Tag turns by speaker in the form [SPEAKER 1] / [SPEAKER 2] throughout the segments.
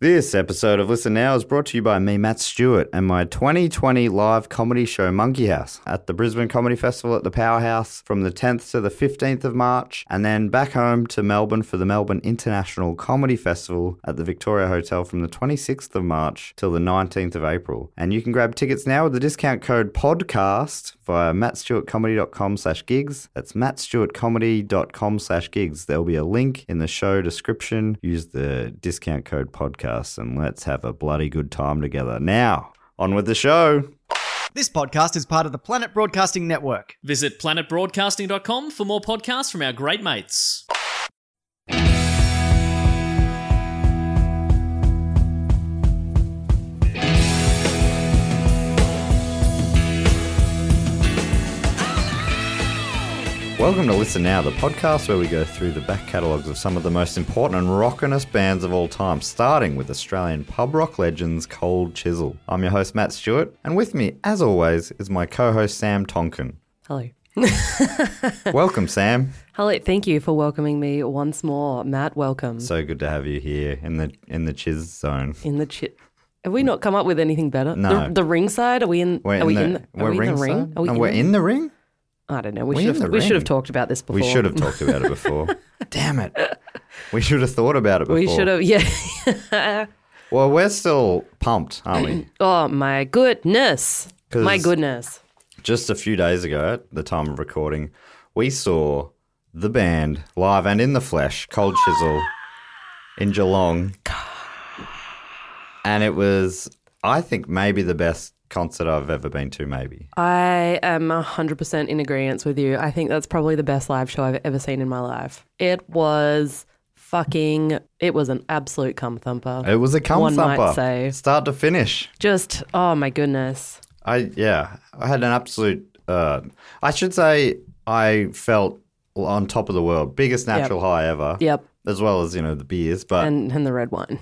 [SPEAKER 1] This episode of Listen Now is brought to you by me, Matt Stewart, and my 2020 live comedy show Monkey House at the Brisbane Comedy Festival at the Powerhouse from the 10th to the 15th of March, and then back home to Melbourne for the Melbourne International Comedy Festival at the Victoria Hotel from the 26th of March till the 19th of April. And you can grab tickets now with the discount code PODCAST via mattstewartcomedy.com slash gigs. That's mattstewartcomedy.com slash gigs. There'll be a link in the show description. Use the discount code podcast and let's have a bloody good time together. Now, on with the show.
[SPEAKER 2] This podcast is part of the Planet Broadcasting Network.
[SPEAKER 3] Visit planetbroadcasting.com for more podcasts from our great mates.
[SPEAKER 1] Welcome to Listen Now, the podcast where we go through the back catalogues of some of the most important and rockinest bands of all time, starting with Australian pub rock legends Cold Chisel. I'm your host, Matt Stewart, and with me, as always, is my co host, Sam Tonkin.
[SPEAKER 4] Hello.
[SPEAKER 1] Welcome, Sam.
[SPEAKER 4] Hello. Thank you for welcoming me once more. Matt, welcome.
[SPEAKER 1] So good to have you here in the in the Chiz zone.
[SPEAKER 4] in the chit. Have we not come up with anything better?
[SPEAKER 1] No.
[SPEAKER 4] The, the ringside? Are we in,
[SPEAKER 1] We're
[SPEAKER 4] are we
[SPEAKER 1] in the,
[SPEAKER 4] in, the, are
[SPEAKER 1] we're
[SPEAKER 4] we in the
[SPEAKER 1] ringside?
[SPEAKER 4] ring? Are we
[SPEAKER 1] no,
[SPEAKER 4] in
[SPEAKER 1] we're
[SPEAKER 4] the-
[SPEAKER 1] in the ring?
[SPEAKER 4] I don't know. We
[SPEAKER 1] We're
[SPEAKER 4] should
[SPEAKER 1] in
[SPEAKER 4] have
[SPEAKER 1] the
[SPEAKER 4] we should
[SPEAKER 1] ring.
[SPEAKER 4] have talked about this before.
[SPEAKER 1] We should have talked about it before. Damn it. We should have thought about it before.
[SPEAKER 4] We should have yeah.
[SPEAKER 1] Well, we're still pumped, aren't we?
[SPEAKER 4] oh my goodness.
[SPEAKER 1] 'Cause-
[SPEAKER 4] My goodness.
[SPEAKER 1] Just a few days ago, at the time of recording, we saw the band live and in the flesh, Cold Chisel, in Geelong. And it was, I think, maybe the best concert I've ever been to, maybe.
[SPEAKER 4] I am 100% in agreement with you. I think that's probably the best live show I've ever seen in my life. It was fucking it was an absolute cum thumper.
[SPEAKER 1] It was a cum
[SPEAKER 4] One might
[SPEAKER 1] thumper,
[SPEAKER 4] say.
[SPEAKER 1] start to finish.
[SPEAKER 4] Just oh my goodness.
[SPEAKER 1] I yeah, I had an absolute. Uh, I should say I felt on top of the world, biggest natural high ever.
[SPEAKER 4] Yep.
[SPEAKER 1] As well as you know the beers, but
[SPEAKER 4] and and the red wine.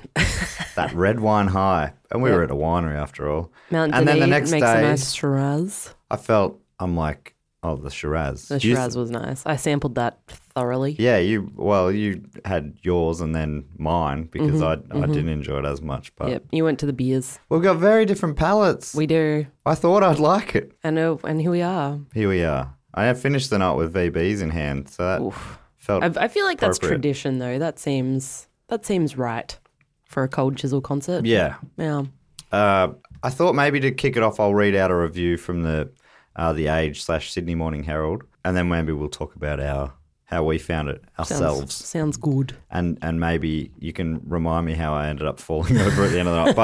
[SPEAKER 1] that red wine high, and we were at a winery after all.
[SPEAKER 4] Mount
[SPEAKER 1] and then the next
[SPEAKER 4] Denise makes
[SPEAKER 1] day,
[SPEAKER 4] a nice Shiraz.
[SPEAKER 1] I felt I'm like, oh, the Shiraz.
[SPEAKER 4] The
[SPEAKER 1] You-
[SPEAKER 4] Shiraz was nice. I sampled that thoroughly.
[SPEAKER 1] yeah, you. Well, you had yours and then mine because I I didn't enjoy it as much, but
[SPEAKER 4] Mm-hmm. Yep. You went to the beers.
[SPEAKER 1] we've got very different palates.
[SPEAKER 4] We do.
[SPEAKER 1] I thought I'd like it.
[SPEAKER 4] I know. And here we are.
[SPEAKER 1] Here we are. I have finished the night with VBs in hand, so that felt.
[SPEAKER 4] I, I feel like that's
[SPEAKER 1] Appropriate.
[SPEAKER 4] tradition, though. That seems that seems right for a cold chisel concert.
[SPEAKER 1] yeah,
[SPEAKER 4] Yeah.
[SPEAKER 1] Uh, I thought maybe to kick it off, I'll read out a review from the uh, the Age slash Sydney Morning Herald, and then maybe we'll talk about our how we found it
[SPEAKER 4] Sounds,
[SPEAKER 1] ourselves,
[SPEAKER 4] sounds good.
[SPEAKER 1] and and maybe you can remind me how I ended up falling over at the end of the night,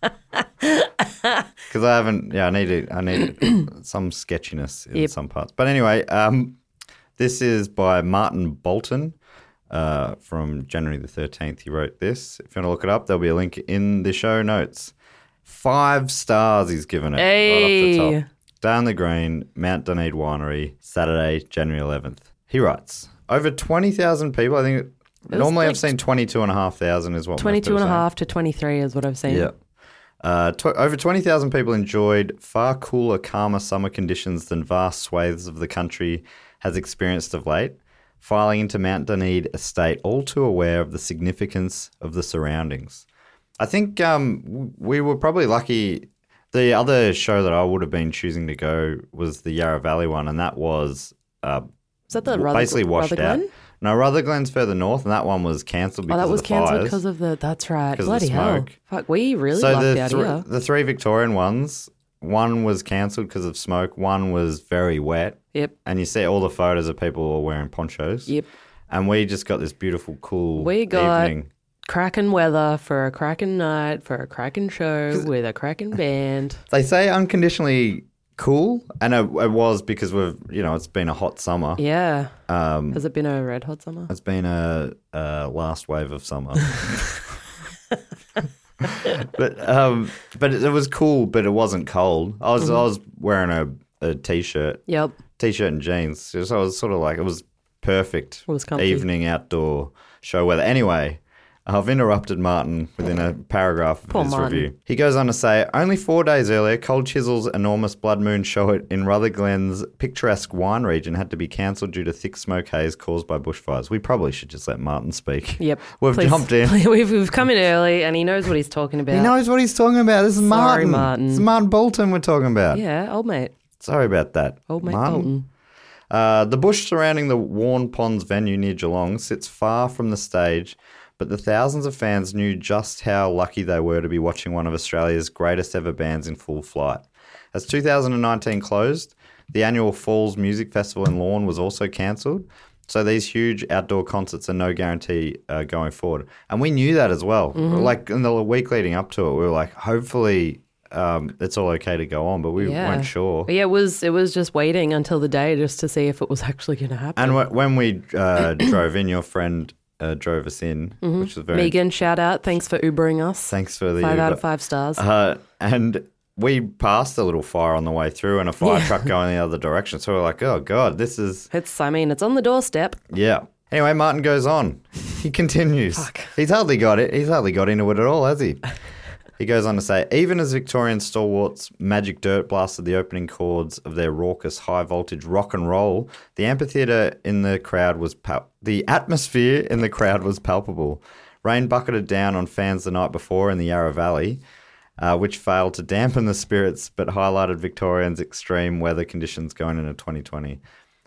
[SPEAKER 1] but because I haven't, yeah, I need to, I need some sketchiness in some parts. But anyway, um, this is by Martin Bolton uh, from January the 13th. He wrote this. If you want to look it up, there'll be a link in the show notes. Five stars he's given it right off the
[SPEAKER 4] Hey.
[SPEAKER 1] top. Down the Green, Mount Dunedin Winery, Saturday, January 11th. He writes, over 20,000 people. I think normally I've seen 22,500 is what most
[SPEAKER 4] Twenty-two
[SPEAKER 1] people
[SPEAKER 4] and a
[SPEAKER 1] say.
[SPEAKER 4] half to 23 is what I've seen.
[SPEAKER 1] Yeah. Uh, tw- over 20,000 people enjoyed far cooler, calmer summer conditions than vast swathes of the country has experienced of late, filing into Mount Dunedin estate, all too aware of the significance of the surroundings. I think um, w- we were probably lucky. The other show that I would have been choosing to go was the Yarra Valley one, and that was uh,
[SPEAKER 4] Is that the
[SPEAKER 1] w-
[SPEAKER 4] Ruther-
[SPEAKER 1] basically washed
[SPEAKER 4] Rutherglen?
[SPEAKER 1] out. No, Rutherglen's further north, and that one was cancelled
[SPEAKER 4] Oh,
[SPEAKER 1] because
[SPEAKER 4] that was
[SPEAKER 1] of the fires.
[SPEAKER 4] cancelled because of the. That's right.
[SPEAKER 1] 'Cause of the
[SPEAKER 4] Bloody hell.
[SPEAKER 1] smoke.
[SPEAKER 4] Fuck, we really
[SPEAKER 1] so
[SPEAKER 4] lucked
[SPEAKER 1] the,
[SPEAKER 4] out
[SPEAKER 1] thr-
[SPEAKER 4] here.
[SPEAKER 1] the three Victorian ones, one was cancelled because of smoke, one was very wet,
[SPEAKER 4] Yep.
[SPEAKER 1] and you see all the photos of people all wearing ponchos.
[SPEAKER 4] Yep.
[SPEAKER 1] And we just got this beautiful, cool
[SPEAKER 4] We got-
[SPEAKER 1] evening.
[SPEAKER 4] Cracking weather for a cracking night for a cracking show with a cracking band.
[SPEAKER 1] They say unconditionally cool, and it, it was because we've you know it's been a hot summer.
[SPEAKER 4] Yeah. Um, Has it been a red hot summer?
[SPEAKER 1] It's been a, a last wave of summer. but um, but it, it was cool, but it wasn't cold. I was
[SPEAKER 4] Mm-hmm.
[SPEAKER 1] I was wearing a, a t shirt,
[SPEAKER 4] Yep.
[SPEAKER 1] t shirt and jeans. So I was sort of like it was perfect
[SPEAKER 4] It was comfy.
[SPEAKER 1] evening outdoor show weather. Anyway. I've interrupted Martin within a paragraph of
[SPEAKER 4] Poor
[SPEAKER 1] his
[SPEAKER 4] Martin.
[SPEAKER 1] review. He goes on to say, only four days earlier, Cold Chisel's enormous blood moon show in Rutherglen's picturesque wine region had to be cancelled due to thick smoke haze caused by bushfires. We probably should just let Martin speak.
[SPEAKER 4] Yep.
[SPEAKER 1] We've
[SPEAKER 4] Please-
[SPEAKER 1] jumped in.
[SPEAKER 4] We've, we've come in early and he knows what he's talking about.
[SPEAKER 1] He knows what he's talking about. This is
[SPEAKER 4] Sorry,
[SPEAKER 1] Martin.
[SPEAKER 4] Martin.
[SPEAKER 1] This is Martin Bolton we're talking about.
[SPEAKER 4] Yeah, old mate.
[SPEAKER 1] Sorry about that.
[SPEAKER 4] Old Oh, mate
[SPEAKER 1] Martin.
[SPEAKER 4] Bolton.
[SPEAKER 1] Uh, the bush surrounding the Warren Ponds venue near Geelong sits far from the stage, but the thousands of fans knew just how lucky they were to be watching one of Australia's greatest ever bands in full flight. As 2019 closed, the annual Falls Music Festival in Lawn was also cancelled, so these huge outdoor concerts are no guarantee uh, going forward. And we knew that as well.
[SPEAKER 4] Mm-hmm.
[SPEAKER 1] Like in the week leading up to it, we were like, hopefully um, it's all okay to go on, but we
[SPEAKER 4] Yeah.
[SPEAKER 1] weren't sure.
[SPEAKER 4] But yeah, it was it was just waiting until the day just to see if it was actually going to happen.
[SPEAKER 1] And wh- when we uh, drove in, your friend uh, drove us in, which was very.
[SPEAKER 4] Mm-hmm. Megan, shout out. Thanks for Ubering us.
[SPEAKER 1] Thanks for the
[SPEAKER 4] five out
[SPEAKER 1] Uber.
[SPEAKER 4] of five stars.
[SPEAKER 1] Uh, and we passed a little fire on the way through, and a fire truck going the other direction. So we're like, "Oh God, this is
[SPEAKER 4] it's I mean, it's on the doorstep.
[SPEAKER 1] yeah." Anyway, Martin goes on. He continues. He's hardly got it. He's hardly got into it at all, has he? He goes on to say, even as Victorian stalwarts Magic Dirt blasted the opening chords of their raucous high voltage rock and roll, the amphitheater in the crowd was pal- the atmosphere in the crowd was palpable. Rain bucketed down on fans the night before in the Yarra Valley, uh, which failed to dampen the spirits but highlighted Victorians' extreme weather conditions going into 2020.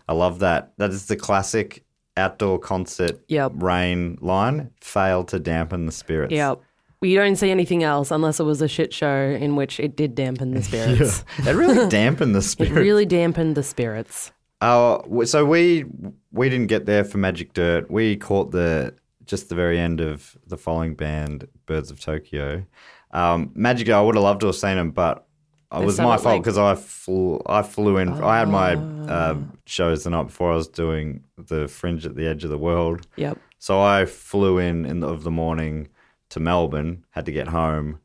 [SPEAKER 1] I love that. That is the classic outdoor concert
[SPEAKER 4] Yep.
[SPEAKER 1] rain line. Failed to dampen the spirits.
[SPEAKER 4] Yeah. You don't see anything else unless it was a shit show in which it did dampen the spirits.
[SPEAKER 1] It really dampened the
[SPEAKER 4] It
[SPEAKER 1] spirit.
[SPEAKER 4] really dampened the spirits.
[SPEAKER 1] Uh, w- so we we didn't get there for Magic Dirt. We caught the just the very end of the following band, Birds of Tokyo. Um, Magic Dirt, I would have loved to have seen them, but it
[SPEAKER 4] They
[SPEAKER 1] was
[SPEAKER 4] sell
[SPEAKER 1] my
[SPEAKER 4] it,
[SPEAKER 1] fault
[SPEAKER 4] like- Ah.
[SPEAKER 1] because I flew I flew in. I had my uh, shows the night before. I was doing the Fringe at the Edge of the World,
[SPEAKER 4] Yep.
[SPEAKER 1] so I flew in in the, of the morning to Melbourne. Had to get home.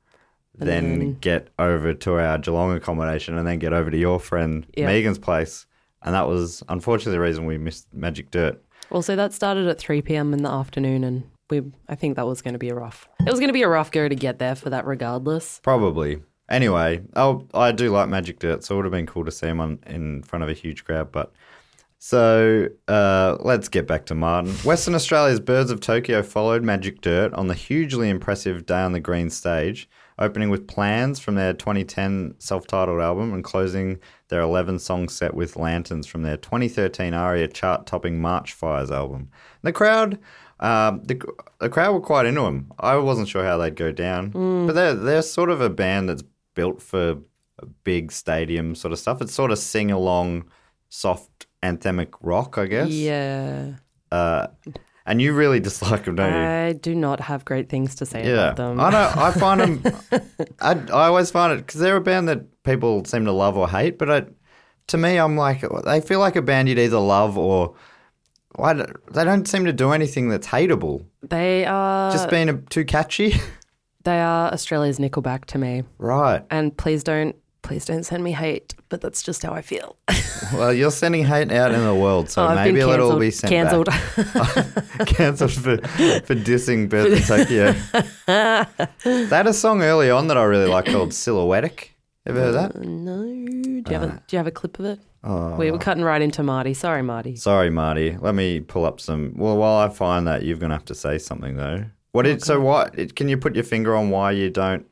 [SPEAKER 1] Then, get over to our Geelong accommodation, and then get over to your friend
[SPEAKER 4] Yeah.
[SPEAKER 1] Megan's place, and that was unfortunately the reason we missed Magic Dirt.
[SPEAKER 4] Also, that started at 3 p.m. in the afternoon, and we I think that was going to be a rough. It was going to be a rough go to get there for that, regardless.
[SPEAKER 1] Probably. Anyway, oh, I do like Magic Dirt, so it would have been cool to see him on, in front of a huge crowd. But so uh, let's get back to Martin. Western Australia's Birds of Tokyo followed Magic Dirt on the hugely impressive Day on the Green stage, opening with plans from their 2010 self-titled album and closing their 11-song set with Lanterns from their 2013 ARIA chart-topping March Fires album. The crowd. Um, the, the crowd were quite into them. I wasn't sure how they'd go down, but they're they're sort of a band that's built for big stadium sort of stuff. It's sort of sing along, soft anthemic rock, I guess.
[SPEAKER 4] Yeah.
[SPEAKER 1] And you really dislike them, don't you?
[SPEAKER 4] I do not have great things to say
[SPEAKER 1] yeah.
[SPEAKER 4] about them.
[SPEAKER 1] I know. I find them. I I always find it because they're a band that people seem to love or hate. But I, to me, I'm like they feel like a band you'd either love or. I don't- they don't seem to do anything that's hateable.
[SPEAKER 4] They are
[SPEAKER 1] Just being a, too catchy.
[SPEAKER 4] they are Australia's Nickelback to me.
[SPEAKER 1] right.
[SPEAKER 4] And please don't please don't send me hate, but that's just how I feel.
[SPEAKER 1] Well, you're sending hate out in the world, so
[SPEAKER 4] Oh, I've been
[SPEAKER 1] maybe a little will be sent
[SPEAKER 4] cancelled-
[SPEAKER 1] back. Cancelled for, for dissing Birth of Tokyo. they had a song early on that I really like called Silhouettic. Ever heard that?
[SPEAKER 4] no. Do you have a do you have a clip of it?
[SPEAKER 1] Oh.
[SPEAKER 4] we were cutting right into Marty. Sorry, Marty.
[SPEAKER 1] Sorry, Marty. Let me pull up some. Well, while I find that, you're going to have to say something, though. What did, so why, can you put your finger on why you don't?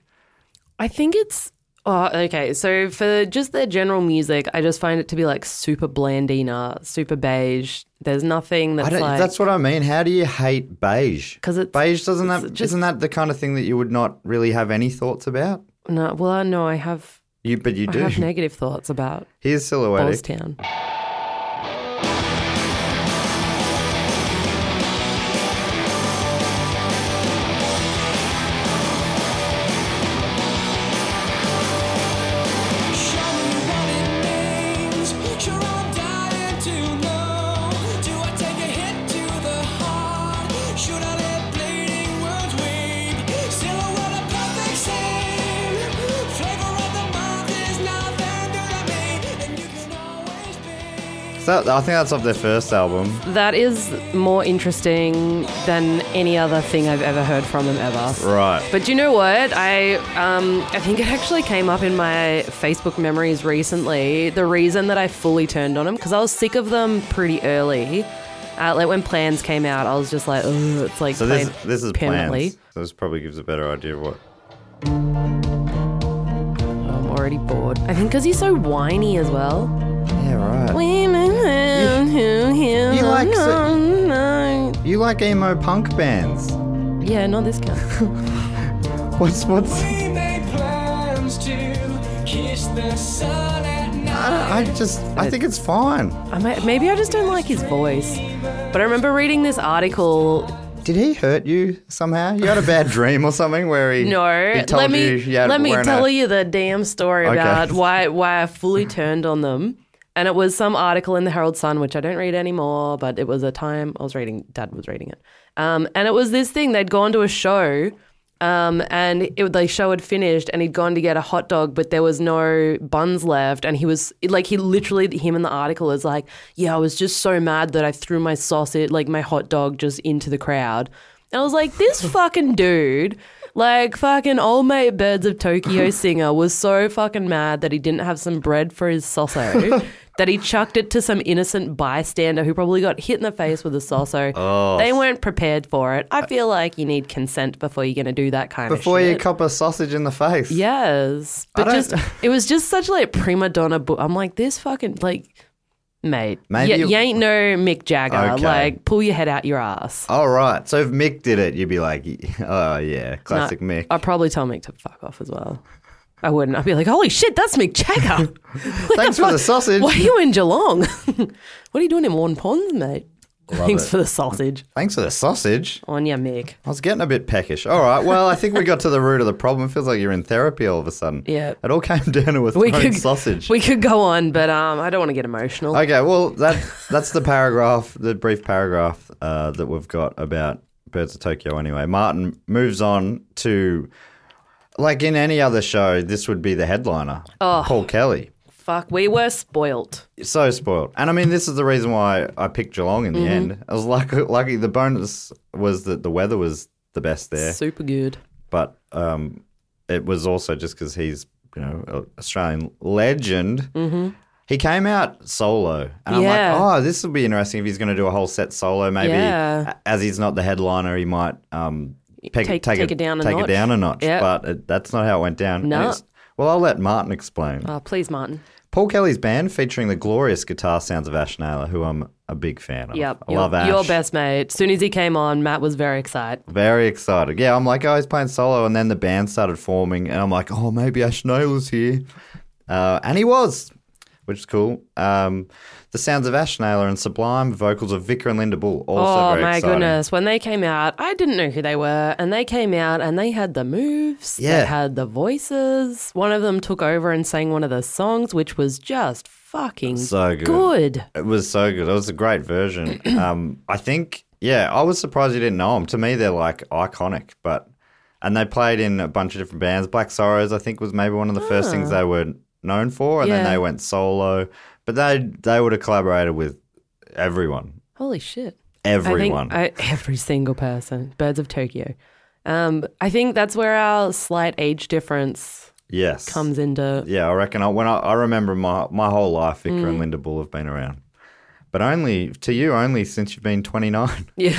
[SPEAKER 4] I think it's oh, okay. So for just their general music, I just find it to be like super blandina, super beige. There's nothing
[SPEAKER 1] I
[SPEAKER 4] that's
[SPEAKER 1] don't
[SPEAKER 4] like
[SPEAKER 1] that's what I mean. How do you hate beige?
[SPEAKER 4] 'Cause it's-
[SPEAKER 1] beige doesn't that
[SPEAKER 4] just-
[SPEAKER 1] isn't that the kind of thing that you would not really have any thoughts about?
[SPEAKER 4] no. Well, I know I have
[SPEAKER 1] You, but you
[SPEAKER 4] I
[SPEAKER 1] do.
[SPEAKER 4] have negative thoughts about
[SPEAKER 1] Here's Silhouettic.
[SPEAKER 4] Town.
[SPEAKER 5] Show me what it means.
[SPEAKER 1] that, I think that's off their first album.
[SPEAKER 4] That is more interesting than any other thing I've ever heard from them ever.
[SPEAKER 1] Right.
[SPEAKER 4] But do you know what? I um, I think it actually came up in my Facebook memories recently. The reason that I fully turned on them because I was sick of them pretty early. Uh, like when Plans came out, I was just like, Ugh, it's like
[SPEAKER 1] So this
[SPEAKER 4] played
[SPEAKER 1] this is
[SPEAKER 4] permanently.
[SPEAKER 1] plans. So this probably gives a better idea of what.
[SPEAKER 4] I'm already bored. I think because he's so whiny as well.
[SPEAKER 1] Yeah, right.
[SPEAKER 4] Women who hear
[SPEAKER 1] you
[SPEAKER 4] the
[SPEAKER 1] like so-
[SPEAKER 4] night.
[SPEAKER 1] You like emo punk bands?
[SPEAKER 4] Yeah, not this guy.
[SPEAKER 1] What's what's?
[SPEAKER 5] We made plans to kiss the sun at night.
[SPEAKER 1] I, I just I think it's fine.
[SPEAKER 4] I might, maybe I just don't like his voice. But I remember reading this article.
[SPEAKER 1] Did he hurt you somehow? You had a bad dream or something where he
[SPEAKER 4] No,
[SPEAKER 1] he told
[SPEAKER 4] let me
[SPEAKER 1] you you had
[SPEAKER 4] let me
[SPEAKER 1] wearing
[SPEAKER 4] tell
[SPEAKER 1] a,
[SPEAKER 4] you the damn story
[SPEAKER 1] Okay.
[SPEAKER 4] about why why I fully turned on them. And it was some article in the Herald Sun, which I don't read anymore, but it was a time I was reading. Dad was reading it, um, and it was this thing. They'd gone to a show, um, and it would- the show had finished, and he'd gone to get a hot dog, but there was no buns left, and he was like, he literally, him in the article is like, yeah, I was just so mad that I threw my sausage, like my hot dog, just into the crowd, and I was like, this fucking dude. Like fucking old mate Birds of Tokyo singer was so fucking mad that he didn't have some bread for his soso that he chucked it to some innocent bystander who probably got hit in the face with a soso.
[SPEAKER 1] Oh.
[SPEAKER 4] They weren't prepared for it. I feel like you need consent before you're gonna do that kind
[SPEAKER 1] before
[SPEAKER 4] of shit.
[SPEAKER 1] you cop a sausage in the face.
[SPEAKER 4] yes, but
[SPEAKER 1] don't-
[SPEAKER 4] just it was just such like prima donna. Bu- I'm like this fucking like. Mate,
[SPEAKER 1] Maybe
[SPEAKER 4] you,
[SPEAKER 1] you-
[SPEAKER 4] you ain't no Mick Jagger.
[SPEAKER 1] Okay.
[SPEAKER 4] Like, pull your head out your ass.
[SPEAKER 1] All right. So if Mick did it, you'd be like, oh yeah, classic
[SPEAKER 4] No,
[SPEAKER 1] Mick.
[SPEAKER 4] I'd probably tell Mick to fuck off as well. I wouldn't. I'd be like, holy shit, that's Mick Jagger.
[SPEAKER 1] Thanks for the sausage.
[SPEAKER 4] Why are you in Geelong? what are you doing in Warren Ponds, mate? Thanks for the sausage.
[SPEAKER 1] Thanks for the sausage.
[SPEAKER 4] On ya, Mick.
[SPEAKER 1] I was getting a bit peckish. All right. Well, I think we got to the root of the problem. It feels like you're in therapy all of a sudden.
[SPEAKER 4] Yeah.
[SPEAKER 1] It all came down to a
[SPEAKER 4] We
[SPEAKER 1] thrown
[SPEAKER 4] could
[SPEAKER 1] sausage.
[SPEAKER 4] We could go on, but um, I don't want to get emotional.
[SPEAKER 1] Okay, well that that's the paragraph, the brief paragraph uh, that we've got about Birds of Tokyo. Anyway, Martin moves on to, like in any other show, this would be the headliner, Paul Kelly.
[SPEAKER 4] Fuck, we were spoilt.
[SPEAKER 1] So spoiled, and I mean this is the reason why I picked Geelong in the end. I was lucky. Lucky the bonus was that the weather was the best there,
[SPEAKER 4] Super good.
[SPEAKER 1] but um, it was also just because he's you know a Australian legend. He came out solo, and
[SPEAKER 4] Mm-hmm. Yeah.
[SPEAKER 1] I'm like, oh, this will be interesting if he's going to do a whole set solo. Maybe
[SPEAKER 4] Yeah.
[SPEAKER 1] a- as he's not the headliner, he might um, pick-
[SPEAKER 4] Take- take it down a
[SPEAKER 1] take
[SPEAKER 4] notch.
[SPEAKER 1] it down a notch.
[SPEAKER 4] Yep.
[SPEAKER 1] But it, that's not how it went down. And
[SPEAKER 4] No.
[SPEAKER 1] it's- Well, I'll let Martin explain.
[SPEAKER 4] Oh, please, Martin.
[SPEAKER 1] Paul Kelly's band featuring the glorious guitar sounds of Ash Naylor, who I'm a big fan of.
[SPEAKER 4] Yep.
[SPEAKER 1] Oh, I
[SPEAKER 4] your,
[SPEAKER 1] love Ash.
[SPEAKER 4] your best mate. As soon as he came on, Matt was very excited.
[SPEAKER 1] Very excited. Yeah, I'm like, oh, he's playing solo. And then the band started forming, and I'm like, oh, maybe Ash Naylor's here. Uh, and he was, which is cool. Um, the sounds of Ash Naylor and Sublime, vocals of Vicar and Linda Bull, also
[SPEAKER 4] oh
[SPEAKER 1] very
[SPEAKER 4] my
[SPEAKER 1] exciting.
[SPEAKER 4] goodness. When they came out, I didn't know who they were. And they came out and they had the moves.
[SPEAKER 1] Yeah.
[SPEAKER 4] They had the voices. One of them took over and sang one of the songs, which was just fucking
[SPEAKER 1] So good.
[SPEAKER 4] good.
[SPEAKER 1] It was so good. It was a great version. um, I think, yeah, I was surprised you didn't know them. To me, they're like iconic, but. And they played in a bunch of different bands. Black Sorrows, I think, was maybe one of the first things they were known for, and
[SPEAKER 4] Ah. Yeah.
[SPEAKER 1] then they went solo. But they they would have collaborated with everyone,
[SPEAKER 4] Holy shit.
[SPEAKER 1] everyone.
[SPEAKER 4] I think I, every single person. Birds of Tokyo. Um, I think that's where our slight age difference
[SPEAKER 1] yes,
[SPEAKER 4] comes into.
[SPEAKER 1] yeah, I reckon. I, when I, I remember my my whole life, Vicar
[SPEAKER 4] Mm.
[SPEAKER 1] and Linda Bull have been around, but only to you, only since you've been twenty nine.
[SPEAKER 4] Yeah.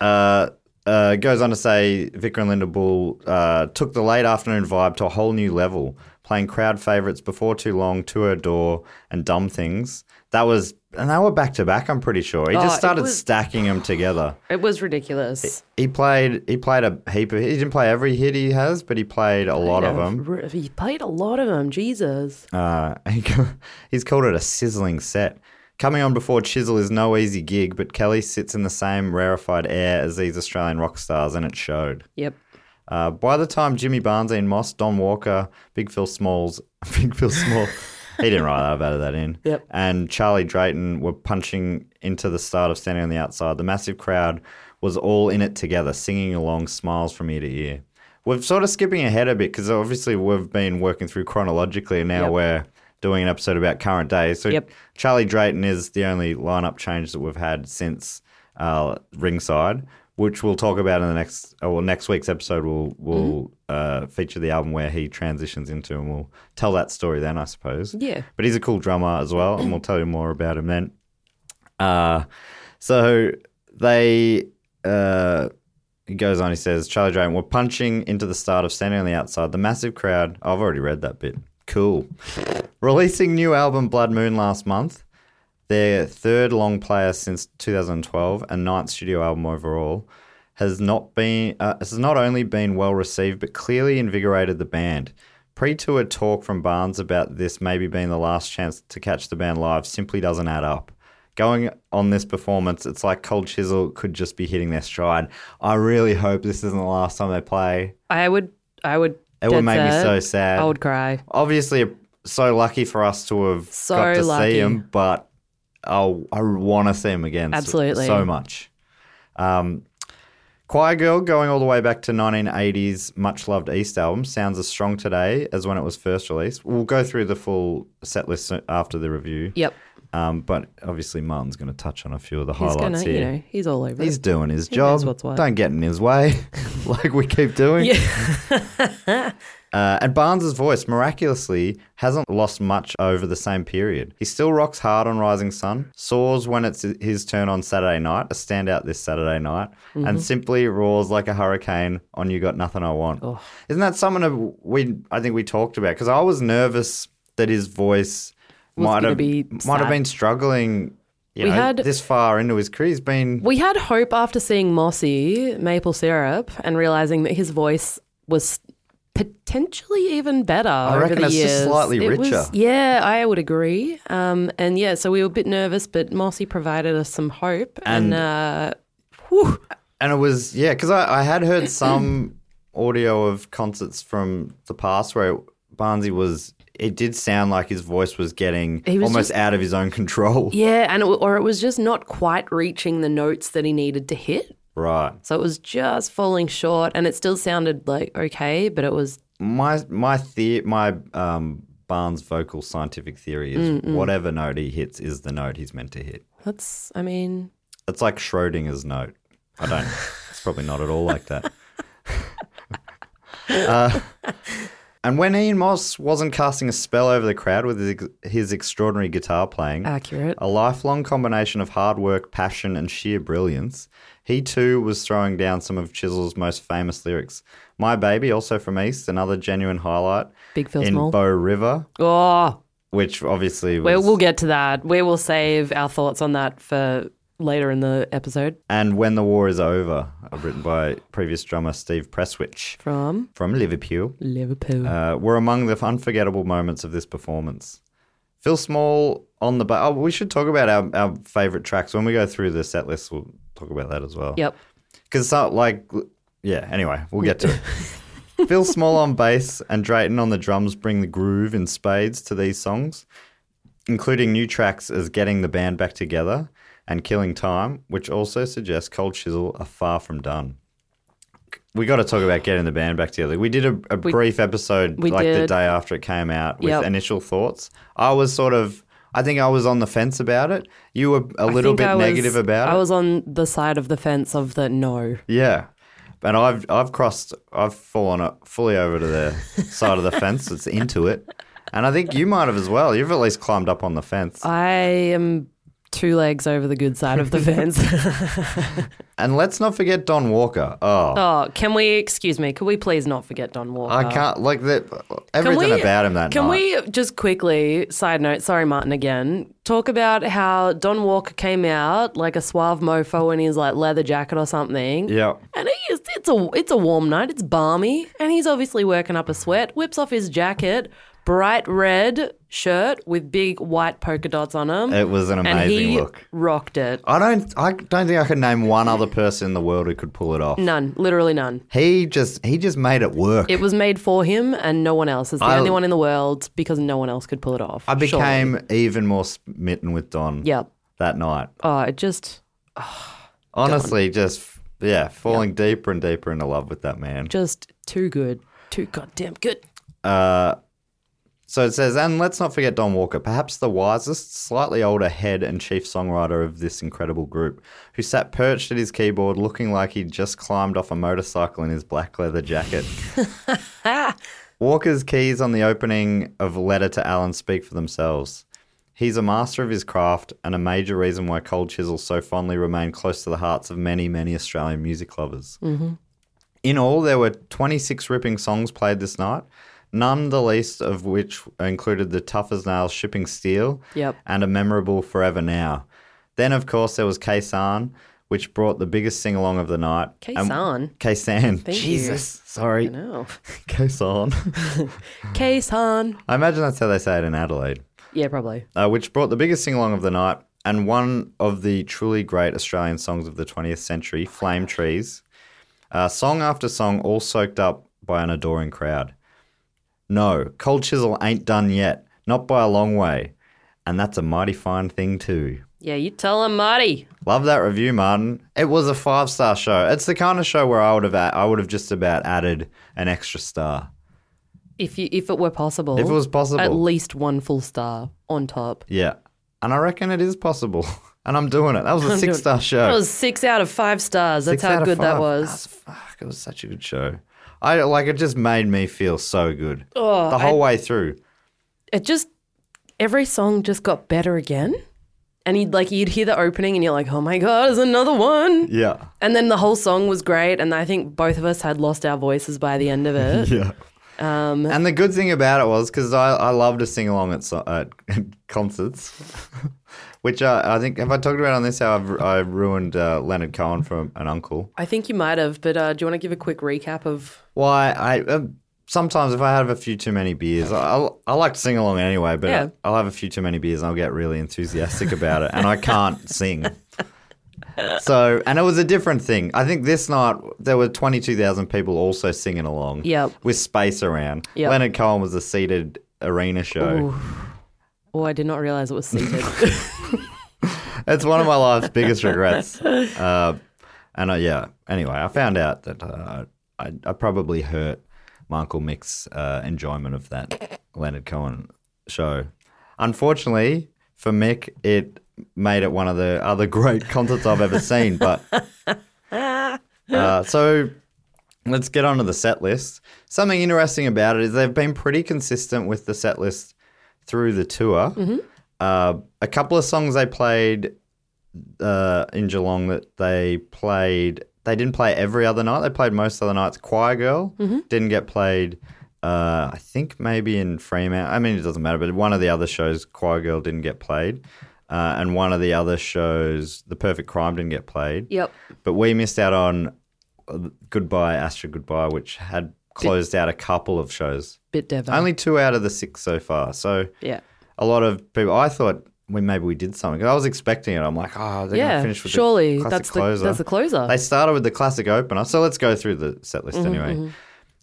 [SPEAKER 1] uh, uh, goes on to say Vicar and Linda Bull uh, took the late afternoon vibe to a whole new level, playing crowd favourites before too long, to her door, and dumb things. That was, and they were back to back. I'm pretty sure he
[SPEAKER 4] Oh,
[SPEAKER 1] just
[SPEAKER 4] it
[SPEAKER 1] started
[SPEAKER 4] was-
[SPEAKER 1] stacking them together.
[SPEAKER 4] It was ridiculous.
[SPEAKER 1] He played, he played a heap of. He didn't play every hit he has, but he played a lot of them.
[SPEAKER 4] He played a lot of them. Jesus.
[SPEAKER 1] Uh, he's called it a sizzling set. Coming on before Chisel is no easy gig, but Kelly sits in the same rarefied air as these Australian rock stars, and it showed.
[SPEAKER 4] Yep.
[SPEAKER 1] Uh, by the time Jimmy Barnes, Ian Moss, Don Walker, Big Phil Smalls, Big Phil Small, he didn't write that, I've added that in,
[SPEAKER 4] Yep.
[SPEAKER 1] and Charlie Drayton were punching into the start of Standing on the Outside, the massive crowd was all in it together, singing along, smiles from ear to ear. We're sort of skipping ahead a bit because obviously we've been working through chronologically and now we're doing an episode about current day. So
[SPEAKER 4] Yep.
[SPEAKER 1] Charlie Drayton is the only lineup change that we've had since uh, Ringside, which we'll talk about in the next oh, well next week's episode. We'll will uh, feature the album where he transitions into, and we'll tell that story then, I suppose.
[SPEAKER 4] Yeah.
[SPEAKER 1] But he's a cool drummer as well, and we'll tell you more about him then. Uh, so they. Uh, he goes on, he says, Charlie Drayton, we're punching into the start of Standing on the Outside. The massive crowd. I've already read that bit. Cool. Releasing new album Blood Moon last month. Their third long player since 2012 and ninth studio album overall has not been uh, has not only been well received but clearly invigorated the band. Pre-tour talk from Barnes about this maybe being the last chance to catch the band live simply doesn't add up. Going on this performance, it's like Cold Chisel could just be hitting their stride. I really hope this isn't the last time they play.
[SPEAKER 4] I would, I would.
[SPEAKER 1] It would
[SPEAKER 4] dead
[SPEAKER 1] make me
[SPEAKER 4] set.
[SPEAKER 1] so sad.
[SPEAKER 4] I would cry.
[SPEAKER 1] Obviously, so lucky for us to have
[SPEAKER 4] So
[SPEAKER 1] got to
[SPEAKER 4] lucky.
[SPEAKER 1] see him, but I'll, I want to see him again. so-
[SPEAKER 4] Absolutely.
[SPEAKER 1] So, much. Um, Choir Girl, going all the way back to 1980s Much Loved East album, sounds as strong today as when it was first released. We'll go through the full set list so- after the review.
[SPEAKER 4] Yep.
[SPEAKER 1] Um, but obviously, Martin's going to touch on a few of the
[SPEAKER 4] He's
[SPEAKER 1] highlights
[SPEAKER 4] gonna,
[SPEAKER 1] here.
[SPEAKER 4] you know, he's all over.
[SPEAKER 1] He's
[SPEAKER 4] it.
[SPEAKER 1] doing his
[SPEAKER 4] He knows
[SPEAKER 1] job.
[SPEAKER 4] what's what.
[SPEAKER 1] Don't get in his way, like we keep doing. Uh, and Barnes's voice miraculously hasn't lost much over the same period. He still rocks hard on Rising Sun, soars when it's his turn on Saturday night, a standout this Saturday night,
[SPEAKER 4] Mm-hmm.
[SPEAKER 1] and simply roars like a hurricane on You Got Nothing I Want.
[SPEAKER 4] Oh.
[SPEAKER 1] Isn't that something of we? I think we talked about because I was nervous that his voice
[SPEAKER 4] Was
[SPEAKER 1] might
[SPEAKER 4] gonna
[SPEAKER 1] have
[SPEAKER 4] be
[SPEAKER 1] might have
[SPEAKER 4] sad.
[SPEAKER 1] been struggling. You
[SPEAKER 4] We
[SPEAKER 1] know,
[SPEAKER 4] had-
[SPEAKER 1] this far into his career, he's been
[SPEAKER 4] We had hope after seeing Mossy Maple Syrup and realizing that his voice was potentially even better. I
[SPEAKER 1] reckon
[SPEAKER 4] over
[SPEAKER 1] it's
[SPEAKER 4] the
[SPEAKER 1] just
[SPEAKER 4] years.
[SPEAKER 1] slightly
[SPEAKER 4] It was-
[SPEAKER 1] richer.
[SPEAKER 4] yeah, I would agree. Um, and yeah, so we were a bit nervous, but Mossy provided us some hope. And, uh, whew,
[SPEAKER 1] And it was yeah, because I, I had heard some audio of concerts from the past where Barnsey was. It did sound like his voice was getting
[SPEAKER 4] He was
[SPEAKER 1] almost
[SPEAKER 4] just-
[SPEAKER 1] out of his own control.
[SPEAKER 4] yeah, and it, w- or it was just not quite reaching the notes that he needed to hit.
[SPEAKER 1] Right.
[SPEAKER 4] So it was just falling short, and it still sounded like okay, but it was
[SPEAKER 1] My my the my um Barnes vocal scientific theory is whatever note he hits is the note he's meant to hit.
[SPEAKER 4] that's. I mean,
[SPEAKER 1] It's like Schrodinger's note. I don't. it's probably not at all like that. Uh, and when Ian Moss wasn't casting a spell over the crowd with his, ex- his extraordinary guitar playing,
[SPEAKER 4] accurate.
[SPEAKER 1] A lifelong combination of hard work, passion, and sheer brilliance, he too was throwing down some of Chisel's most famous lyrics. My Baby, also from East, another genuine highlight.
[SPEAKER 4] Big Phil
[SPEAKER 1] in
[SPEAKER 4] Small.
[SPEAKER 1] Bow River,
[SPEAKER 4] oh,
[SPEAKER 1] which obviously was.
[SPEAKER 4] Well, we'll get to that. We will save our thoughts on that for later in the episode.
[SPEAKER 1] and When the War Is Over, written by previous drummer Steve Presswich
[SPEAKER 4] From
[SPEAKER 1] from Liverpool.
[SPEAKER 4] Liverpool.
[SPEAKER 1] uh, were among the unforgettable moments of this performance. Phil Small on the back. Oh, we should talk about our, our favorite tracks when we go through the set list. We'll talk about that as well.
[SPEAKER 4] Yep.
[SPEAKER 1] Because like, yeah. Anyway, we'll get to it. Phil Small on bass and Drayton on the drums bring the groove in spades to these songs, including new tracks as "Getting the Band Back Together" and "Killing Time," which also suggests Cold Chisel are far from done. We got to talk about getting the band back together. We did a, a brief episode
[SPEAKER 4] we
[SPEAKER 1] like the
[SPEAKER 4] did.
[SPEAKER 1] day after it came out with
[SPEAKER 4] Yep.
[SPEAKER 1] initial thoughts. I was sort of, I think I was on the fence about it. You were a
[SPEAKER 4] I
[SPEAKER 1] little
[SPEAKER 4] think
[SPEAKER 1] bit
[SPEAKER 4] I was-
[SPEAKER 1] negative about it.
[SPEAKER 4] I was on the side of the fence of the no.
[SPEAKER 1] Yeah. And I've I've crossed I've fallen o- fully over to the side of the fence. It's into it. And I think you might have as well. You've at least climbed up on the fence.
[SPEAKER 4] I am two legs over the good side of the fence.
[SPEAKER 1] And let's not forget Don Walker. Oh.
[SPEAKER 4] oh, can we, excuse me, could we please not forget Don Walker?
[SPEAKER 1] I can't like that
[SPEAKER 4] Can
[SPEAKER 1] everything
[SPEAKER 4] we-
[SPEAKER 1] about him that
[SPEAKER 4] Can
[SPEAKER 1] night.
[SPEAKER 4] we just quickly, side note, sorry, Martin again, talk about how Don Walker came out like a suave mofo in his like leather jacket or something.
[SPEAKER 1] Yeah.
[SPEAKER 4] And he is, it's a it's a warm night. It's balmy, and he's obviously working up a sweat. Whips off his jacket, bright red shirt with big white polka dots on him.
[SPEAKER 1] It was an
[SPEAKER 4] and
[SPEAKER 1] amazing
[SPEAKER 4] he
[SPEAKER 1] look.
[SPEAKER 4] Rocked it.
[SPEAKER 1] I don't I don't think I can name one other person in the world who could pull it off.
[SPEAKER 4] None, literally none.
[SPEAKER 1] He just he just made it work.
[SPEAKER 4] It was made for him, and no one else. It's the
[SPEAKER 1] I-
[SPEAKER 4] only one in the world because no one else could pull it off.
[SPEAKER 1] I
[SPEAKER 4] surely.
[SPEAKER 1] became even more smitten with Don
[SPEAKER 4] Yep.
[SPEAKER 1] that night.
[SPEAKER 4] Oh, it just
[SPEAKER 1] Honestly, just yeah, falling deeper and deeper into love with that man.
[SPEAKER 4] just too good, too goddamn good.
[SPEAKER 1] So it says, and let's not forget Don Walker, perhaps the wisest, slightly older head and chief songwriter of this incredible group, who sat perched at his keyboard looking like he'd just climbed off a motorcycle in his black leather jacket. Walker's keys on the opening of Letter to Alan speak for themselves. He's a master of his craft and a major reason why Cold Chisel so fondly remained close to the hearts of many, many Australian music lovers.
[SPEAKER 4] Mm-hmm.
[SPEAKER 1] In all, there were 26 ripping songs played this night, none the least of which included the Tough as Nails Shipping Steel
[SPEAKER 4] Yep.
[SPEAKER 1] and a memorable Forever Now. Then, of course, there was Kaysan, which brought the biggest sing along of the night. And-
[SPEAKER 4] Kaysan?
[SPEAKER 1] Kaysan.
[SPEAKER 4] Thank you.
[SPEAKER 1] Jesus. Sorry.
[SPEAKER 4] No.
[SPEAKER 1] Kaysan.
[SPEAKER 4] Case on.
[SPEAKER 1] I imagine that's how they say it in Adelaide.
[SPEAKER 4] Yeah, probably.
[SPEAKER 1] uh, which brought the biggest sing along of the night and one of the truly great Australian songs of the 20th century, Flame Trees. Uh, song after song, all soaked up by an adoring crowd. No, Cold Chisel ain't done yet, not by a long way. And that's a mighty fine thing, too.
[SPEAKER 4] Yeah, you tell him, Marty.
[SPEAKER 1] Love that review, Martin. It was a five star show. It's the kind of show where I would have a- I would have just about added an extra star
[SPEAKER 4] If you, if it were possible.
[SPEAKER 1] if it was possible.
[SPEAKER 4] At least one full star on top.
[SPEAKER 1] yeah, and I reckon it is possible. And I'm doing it. That was a
[SPEAKER 4] doing-
[SPEAKER 1] six star show.
[SPEAKER 4] That was six out of five stars. That's
[SPEAKER 1] Six out
[SPEAKER 4] how
[SPEAKER 1] of
[SPEAKER 4] good that
[SPEAKER 1] five. Ah,
[SPEAKER 4] was.
[SPEAKER 1] Fuck, it was such a good show. I like it. Just made me feel so good
[SPEAKER 4] Oh,
[SPEAKER 1] the whole way through.
[SPEAKER 4] It just every song just got better again. And you'd like you'd hear the opening and you're like, oh my god, there's another one.
[SPEAKER 1] Yeah,
[SPEAKER 4] And then the whole song was great, and I think both of us had lost our voices by the end of it.
[SPEAKER 1] yeah.
[SPEAKER 4] Um,
[SPEAKER 1] and the good thing about it was because I, I love to sing along at, so, at concerts, which uh, I, I think have I talked about on this how I've I ruined uh, Leonard Cohen from an uncle.
[SPEAKER 4] I think you might have, but uh, do you want to give a quick recap of?
[SPEAKER 1] Why I um, sometimes if I have a few too many beers, I I'll- I like to sing along anyway, but
[SPEAKER 4] Yeah.
[SPEAKER 1] I'll have a few too many beers and I'll get really enthusiastic about it, and I can't sing. So, and it was a different thing. I think this night there were twenty two thousand people also singing along.
[SPEAKER 4] Yep.
[SPEAKER 1] with space around.
[SPEAKER 4] Yep.
[SPEAKER 1] Leonard Cohen was a seated arena show.
[SPEAKER 4] Oh, I did not realize it was seated.
[SPEAKER 1] It's one of my life's biggest regrets. Uh, and I, yeah, anyway, I found out that uh, I, I probably hurt my Uncle Mick's uh, enjoyment of that Leonard Cohen show. Unfortunately for Mick, it made it one of the other great concerts I've ever seen. But uh, so let's get onto the set list. Something interesting about it is they've been pretty consistent with the set list through the tour. Uh, a couple of songs they played uh, in Geelong that they played. They didn't play every other night. They played most other nights. Choir Girl didn't get played. Uh, I think maybe in Fremantle. I mean, it doesn't matter. But one of the other shows, Choir Girl, didn't get played, uh, and one of the other shows, The Perfect Crime, didn't get played.
[SPEAKER 4] yep.
[SPEAKER 1] But we missed out on uh, Goodbye Astra Goodbye, which had closed out a couple of shows.
[SPEAKER 4] Bit Devo.
[SPEAKER 1] Only two out of the six so far. So
[SPEAKER 4] yeah.
[SPEAKER 1] a lot of people. I thought we maybe we did something. I was expecting it. I'm like, oh, they're gonna
[SPEAKER 4] Yeah.
[SPEAKER 1] finish with
[SPEAKER 4] Surely
[SPEAKER 1] the classic
[SPEAKER 4] that's the
[SPEAKER 1] closer.
[SPEAKER 4] that's the closer. Mm-hmm,
[SPEAKER 1] They started with the classic opener, so let's go through the set list anyway.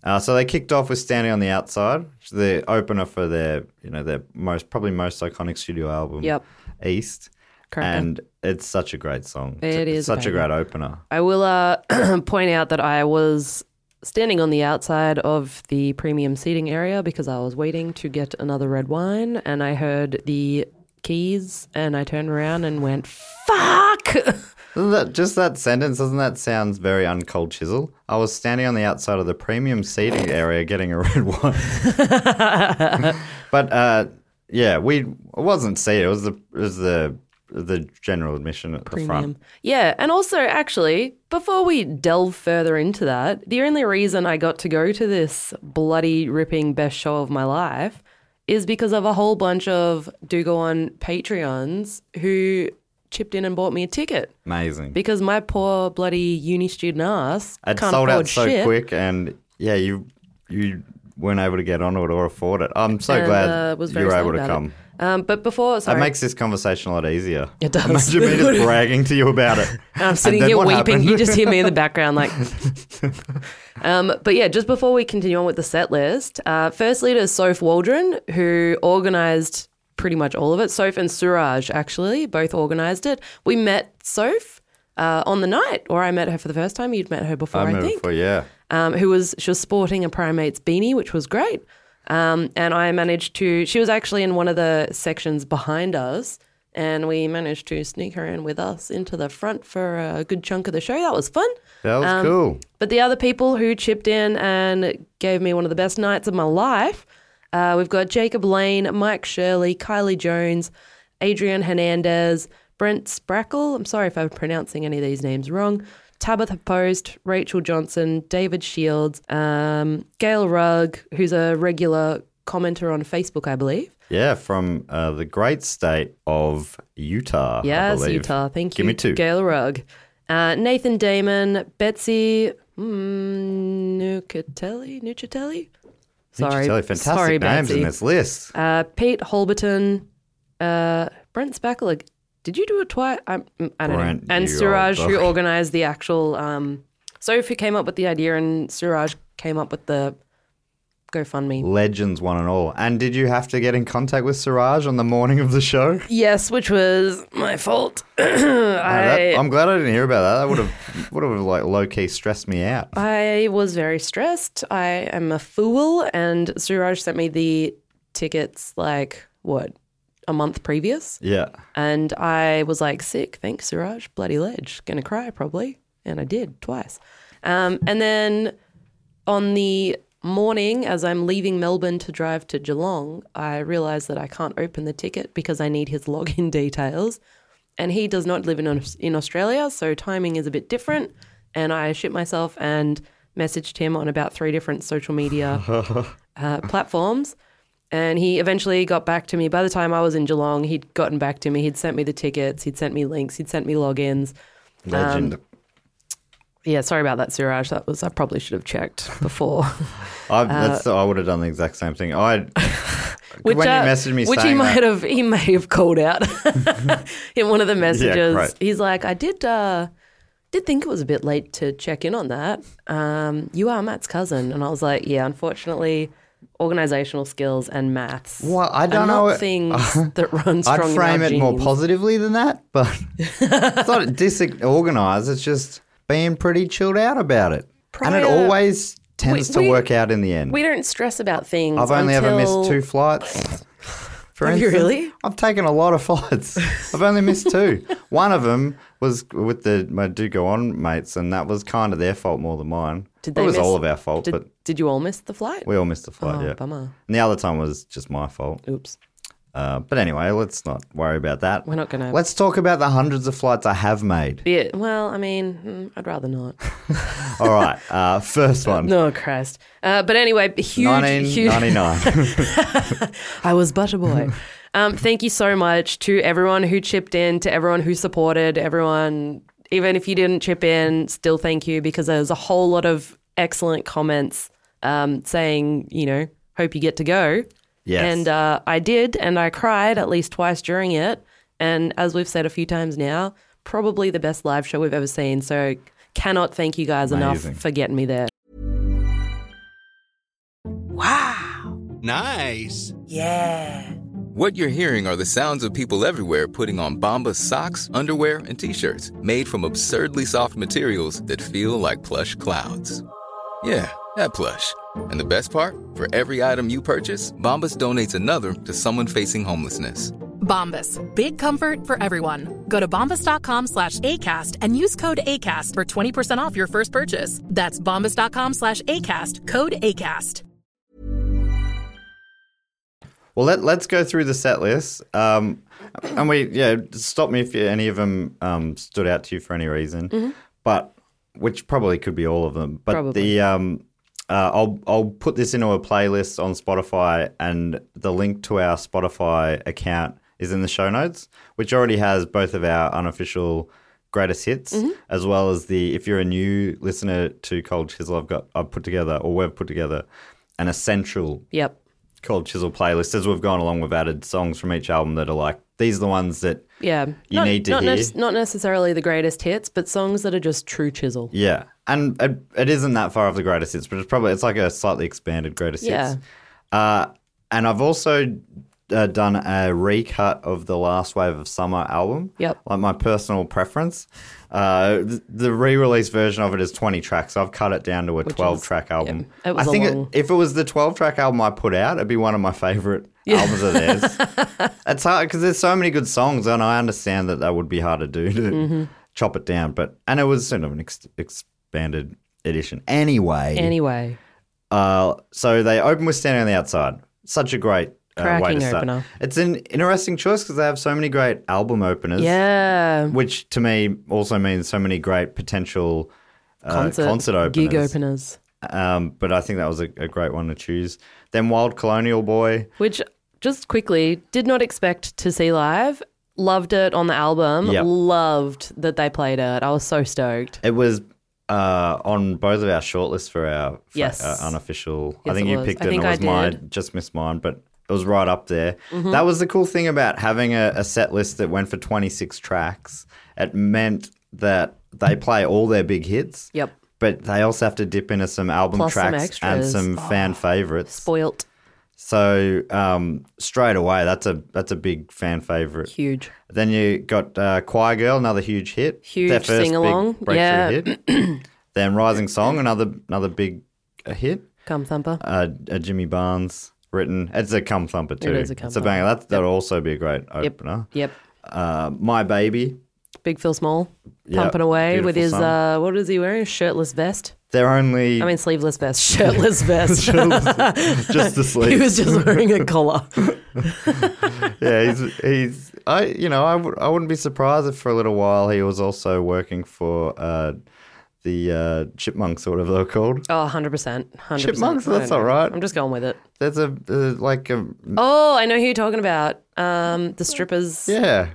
[SPEAKER 1] Uh, so they kicked off with "Standing on the Outside," which is the opener for their, you know, their most probably most iconic studio album,
[SPEAKER 4] Yep.
[SPEAKER 1] East.
[SPEAKER 4] Correct.
[SPEAKER 1] And it's such a great song.
[SPEAKER 4] It
[SPEAKER 1] it's
[SPEAKER 4] is a
[SPEAKER 1] such a
[SPEAKER 4] banger.
[SPEAKER 1] great opener.
[SPEAKER 4] I will uh, point out that I was standing on the outside of the premium seating area because I was waiting to get another red wine and I heard the keys and I turned around and went, fuck!
[SPEAKER 1] Doesn't that just that sentence? Doesn't that sounds very uncold chisel? I was standing on the outside of the premium seating area getting a red wine. but uh, yeah, we it wasn't seated. It was the it was the the general admission at the front.
[SPEAKER 4] Yeah, and also, actually, before we delve further into that, the only reason I got to go to this bloody ripping best show of my life is because of a whole bunch of do go on Patreons who chipped in and bought me a ticket.
[SPEAKER 1] Amazing.
[SPEAKER 4] because my poor bloody uni student ass
[SPEAKER 1] it
[SPEAKER 4] can't
[SPEAKER 1] sold
[SPEAKER 4] afford
[SPEAKER 1] out so
[SPEAKER 4] shit.
[SPEAKER 1] quick, and yeah, you you weren't able to get on it or afford it. I'm so
[SPEAKER 4] and,
[SPEAKER 1] glad
[SPEAKER 4] uh, was
[SPEAKER 1] you
[SPEAKER 4] very
[SPEAKER 1] were
[SPEAKER 4] sad
[SPEAKER 1] able to
[SPEAKER 4] about
[SPEAKER 1] come.
[SPEAKER 4] It. Um, but before,
[SPEAKER 1] That
[SPEAKER 4] sorry,
[SPEAKER 1] makes this conversation a lot easier.
[SPEAKER 4] It does.
[SPEAKER 1] Imagine me just bragging to you about it.
[SPEAKER 4] and I'm sitting
[SPEAKER 1] then
[SPEAKER 4] here
[SPEAKER 1] what
[SPEAKER 4] weeping. You
[SPEAKER 1] happened?
[SPEAKER 4] just hear me in the background, like. um, but yeah, just before we continue on with the set list, uh, first leader is Soph Waldron, who organised pretty much all of it. Soph and Suraj actually both organised it. We met Soph. Uh, on the night, or I met her for the first time. You'd met her before, I,
[SPEAKER 1] I remember
[SPEAKER 4] think.
[SPEAKER 1] before, yeah.
[SPEAKER 4] um, who was she was sporting a primate's beanie, which was great. Um, and I managed to, she was actually in one of the sections behind us, and we managed to sneak her in with us into the front for a good chunk of the show. That was fun.
[SPEAKER 1] That was
[SPEAKER 4] Um,
[SPEAKER 1] cool.
[SPEAKER 4] But the other people who chipped in and gave me one of the best nights of my life, uh, we've got Jacob Lane, Mike Shirley, Kylie Jones, Adrian Hernandez, Brent Sprackle. I'm sorry if I'm pronouncing any of these names wrong. Tabitha Post, Rachel Johnson, David Shields, um, Gail Rugg, who's a regular commenter on Facebook, I believe.
[SPEAKER 1] Yeah, from uh, the great state of Utah. I
[SPEAKER 4] Yes,
[SPEAKER 1] believe.
[SPEAKER 4] Utah. Thank you.
[SPEAKER 1] Give me two.
[SPEAKER 4] Gail Rugg. Uh, Nathan Damon, Betsy mm, Nucatelli. Nucatelli? Sorry.
[SPEAKER 1] Tell you fantastic
[SPEAKER 4] Sorry,
[SPEAKER 1] names
[SPEAKER 4] Betsy.
[SPEAKER 1] in this list.
[SPEAKER 4] Uh, Pete Holberton, uh, Brent Spackler. Did you do it twice? I, mm, I don't
[SPEAKER 1] Brent,
[SPEAKER 4] know. And
[SPEAKER 1] you
[SPEAKER 4] Suraj,
[SPEAKER 1] old
[SPEAKER 4] who
[SPEAKER 1] dog.
[SPEAKER 4] organized the actual. Um, Sophie came up with the idea, and Suraj came up with the GoFundMe.
[SPEAKER 1] Legends, one and all. And did you have to get in contact with Siraj on the morning of the show?
[SPEAKER 4] Yes, which was my fault. I,
[SPEAKER 1] That- I'm glad I didn't hear about that. That would have would have like low key stressed me out.
[SPEAKER 4] I was very stressed. I am a fool, and Suraj sent me the tickets like what a month previous,
[SPEAKER 1] Yeah.
[SPEAKER 4] and I was like sick. Thanks, Suraj. Bloody ledge, gonna cry probably, and I did twice. Um, and then on the morning, as I'm leaving Melbourne to drive to Geelong, I realised that I can't open the ticket because I need his login details. And he does not live in, Aus- in Australia, so timing is a bit different. And I shit myself and messaged him on about three different social media uh, platforms. And he eventually got back to me. By the time I was in Geelong, he'd gotten back to me. He'd sent me the tickets, he'd sent me links, he'd sent me logins.
[SPEAKER 1] Legend.
[SPEAKER 4] Um, Yeah, sorry about that, Suraj. That was I probably should have checked before.
[SPEAKER 1] I, that's,
[SPEAKER 4] uh,
[SPEAKER 1] I would have done the exact same thing. I
[SPEAKER 4] Which,
[SPEAKER 1] when you
[SPEAKER 4] uh,
[SPEAKER 1] messaged me
[SPEAKER 4] which he
[SPEAKER 1] saying
[SPEAKER 4] might
[SPEAKER 1] that-
[SPEAKER 4] have he may have called out in one of the messages.
[SPEAKER 1] right.
[SPEAKER 4] He's like, I did uh, did think it was a bit late to check in on that. Um, you are Matt's cousin, and I was like, yeah, unfortunately, organizational skills and maths.
[SPEAKER 1] Well, I don't
[SPEAKER 4] are
[SPEAKER 1] know
[SPEAKER 4] Not
[SPEAKER 1] it-
[SPEAKER 4] things that run strong.
[SPEAKER 1] I'd
[SPEAKER 4] in
[SPEAKER 1] frame
[SPEAKER 4] our
[SPEAKER 1] it more
[SPEAKER 4] genes.
[SPEAKER 1] positively than that, but it's not disorganized. It's just being pretty chilled out about it, and it
[SPEAKER 4] Prior-
[SPEAKER 1] always tends to
[SPEAKER 4] we-
[SPEAKER 1] work out in the end.
[SPEAKER 4] We don't stress about things.
[SPEAKER 1] I've only
[SPEAKER 4] until...
[SPEAKER 1] ever missed two flights. For
[SPEAKER 4] Have you really?
[SPEAKER 1] I've taken a lot of flights. I've only missed two. One of them was with the my do go on mates, and that was kind of their fault more than mine.
[SPEAKER 4] Did
[SPEAKER 1] it
[SPEAKER 4] they
[SPEAKER 1] was
[SPEAKER 4] miss-
[SPEAKER 1] all of our fault,
[SPEAKER 4] Did,
[SPEAKER 1] but
[SPEAKER 4] did you all miss the flight?
[SPEAKER 1] we all missed the flight.
[SPEAKER 4] Oh,
[SPEAKER 1] yeah,
[SPEAKER 4] bummer.
[SPEAKER 1] And the other time was just my fault.
[SPEAKER 4] Oops.
[SPEAKER 1] Uh, but anyway, let's not worry about that.
[SPEAKER 4] We're not gonna-
[SPEAKER 1] Let's talk about the hundreds of flights I have made.
[SPEAKER 4] Yeah. Well, I mean, mm, I'd rather not.
[SPEAKER 1] All right, uh, first one.
[SPEAKER 4] No, Christ. Uh, but anyway, huge, huge.
[SPEAKER 1] 1999.
[SPEAKER 4] I was Butterboy. um, thank you so much to everyone who chipped in, to everyone who supported, everyone. Even if you didn't chip in, still thank you because there's a whole lot of excellent comments um, saying, you know, hope you get to go.
[SPEAKER 1] Yes.
[SPEAKER 4] And uh, I did, and I cried at least twice during it. And as we've said a few times now, probably the best live show we've ever seen. So cannot thank you guys
[SPEAKER 1] Amazing.
[SPEAKER 4] enough for getting me there.
[SPEAKER 6] Nice. Yeah. What you're hearing are the sounds of people everywhere putting on Bombas socks, underwear, and t-shirts made from absurdly soft materials that feel like plush clouds. Yeah, that plush. And the best part? For every item you purchase, Bombas donates another to someone facing homelessness.
[SPEAKER 7] Bombas. Big comfort for everyone. Go to bombas.com slash ACAST and use code ACAST for 20% off your first purchase. That's bombas.com slash ACAST. Code ACAST.
[SPEAKER 1] Well, let, let's go through the set list. Um, and we, yeah, stop me if any of them um, stood out to you for any reason, but which probably could be all of them. But the, um, uh, I'll, I'll put this into a playlist on Spotify, and the link to our Spotify account is in the show notes, which already has both of our unofficial greatest hits, as well as the, if you're a new listener to Cold Chisel, I've got, I've put together, or we've put together, an essential
[SPEAKER 4] Yep.
[SPEAKER 1] called Chisel playlist. As we've gone along, we've added songs from each album that are like these are the ones that
[SPEAKER 4] Yeah.
[SPEAKER 1] You
[SPEAKER 4] not,
[SPEAKER 1] need to
[SPEAKER 4] not
[SPEAKER 1] hear.
[SPEAKER 4] nec- not necessarily the greatest hits, but songs that are just true chisel.
[SPEAKER 1] yeah, and it, it isn't that far off the greatest hits, but it's probably it's like a slightly expanded greatest
[SPEAKER 4] Yeah.
[SPEAKER 1] hits. Uh, and I've also uh, done a recut of the Last Wave of Summer album.
[SPEAKER 4] Yep.
[SPEAKER 1] Like my personal preference. Uh, th- the re-release version of it is 20 tracks. I've cut it down to a 12 track album.
[SPEAKER 4] It was
[SPEAKER 1] I
[SPEAKER 4] a
[SPEAKER 1] think
[SPEAKER 4] long-
[SPEAKER 1] if it was the 12 track album I put out, it'd be one of my favorite albums of theirs. it's hard because there's so many good songs, and I understand that that would be hard to do to
[SPEAKER 4] Mm-hmm.
[SPEAKER 1] chop it down. But and it was sort of an ex- expanded edition anyway.
[SPEAKER 4] Anyway,
[SPEAKER 1] Uh, so they open with Standing on the Outside. Such a great uh, way
[SPEAKER 4] Cracking
[SPEAKER 1] to start.
[SPEAKER 4] opener.
[SPEAKER 1] It's an interesting choice because they have so many great album openers.
[SPEAKER 4] yeah,
[SPEAKER 1] Which to me also means so many great potential uh, concert,
[SPEAKER 4] concert,
[SPEAKER 1] openers.
[SPEAKER 4] gig openers,
[SPEAKER 1] Um, but I think that was a, a great one to choose. Then Wild Colonial Boy.
[SPEAKER 4] which just quickly did not expect to see live. Loved it on the album.
[SPEAKER 1] Yep.
[SPEAKER 4] Loved that they played it. I was so stoked.
[SPEAKER 1] It was uh, on both of our shortlists for our for
[SPEAKER 4] Yes.
[SPEAKER 1] our unofficial. I
[SPEAKER 4] Yes,
[SPEAKER 1] think
[SPEAKER 4] it
[SPEAKER 1] you
[SPEAKER 4] was.
[SPEAKER 1] picked
[SPEAKER 4] I
[SPEAKER 1] it and
[SPEAKER 4] think
[SPEAKER 1] it
[SPEAKER 4] I
[SPEAKER 1] was mine.
[SPEAKER 4] did. Mm-hmm.
[SPEAKER 1] Just missed mine, but it was right up there. That was the cool thing about having a, a set list that went for 26 tracks. It meant that they play all their big hits.
[SPEAKER 4] Yep.
[SPEAKER 1] But they also have to dip into some album
[SPEAKER 4] Plus some
[SPEAKER 1] tracks and
[SPEAKER 4] extras. Oh.
[SPEAKER 1] some fan favorites.
[SPEAKER 4] Spoilt,
[SPEAKER 1] so um, straight away, that's a that's a big fan favorite.
[SPEAKER 4] huge.
[SPEAKER 1] Then you got uh, Choir Girl, another huge hit.
[SPEAKER 4] Huge
[SPEAKER 1] Their first
[SPEAKER 4] sing-along,
[SPEAKER 1] big breakthrough
[SPEAKER 4] yeah.
[SPEAKER 1] hit. then Rising Song, another another big uh, hit.
[SPEAKER 4] Come thumper.
[SPEAKER 1] Uh, a Jimmy Barnes written. It's a cum thumper too.
[SPEAKER 4] is a cum
[SPEAKER 1] it's a banger. That that'll also be a great opener.
[SPEAKER 4] Yep.
[SPEAKER 1] Uh, My Baby,
[SPEAKER 4] Big Phil Small
[SPEAKER 1] Yeah,
[SPEAKER 4] pumping away with
[SPEAKER 1] beautiful
[SPEAKER 4] his
[SPEAKER 1] song.
[SPEAKER 4] uh, what is he wearing? A shirtless vest.
[SPEAKER 1] they're only
[SPEAKER 4] I mean, sleeveless vest, shirtless vest.
[SPEAKER 1] just the
[SPEAKER 4] he
[SPEAKER 1] sleep.
[SPEAKER 4] was just wearing a collar.
[SPEAKER 1] yeah, he's he's. I you know I would I wouldn't be surprised if for a little while he was also working for. Uh, the uh, chipmunks, or whatever they're called.
[SPEAKER 4] Oh, 100%. 100%.
[SPEAKER 1] Chipmunks,
[SPEAKER 4] I don't
[SPEAKER 1] that's
[SPEAKER 4] know.
[SPEAKER 1] all right.
[SPEAKER 4] I'm just going with it.
[SPEAKER 1] There's a uh, like a
[SPEAKER 4] Oh, I know who you're talking about. Um, the strippers.
[SPEAKER 1] yeah.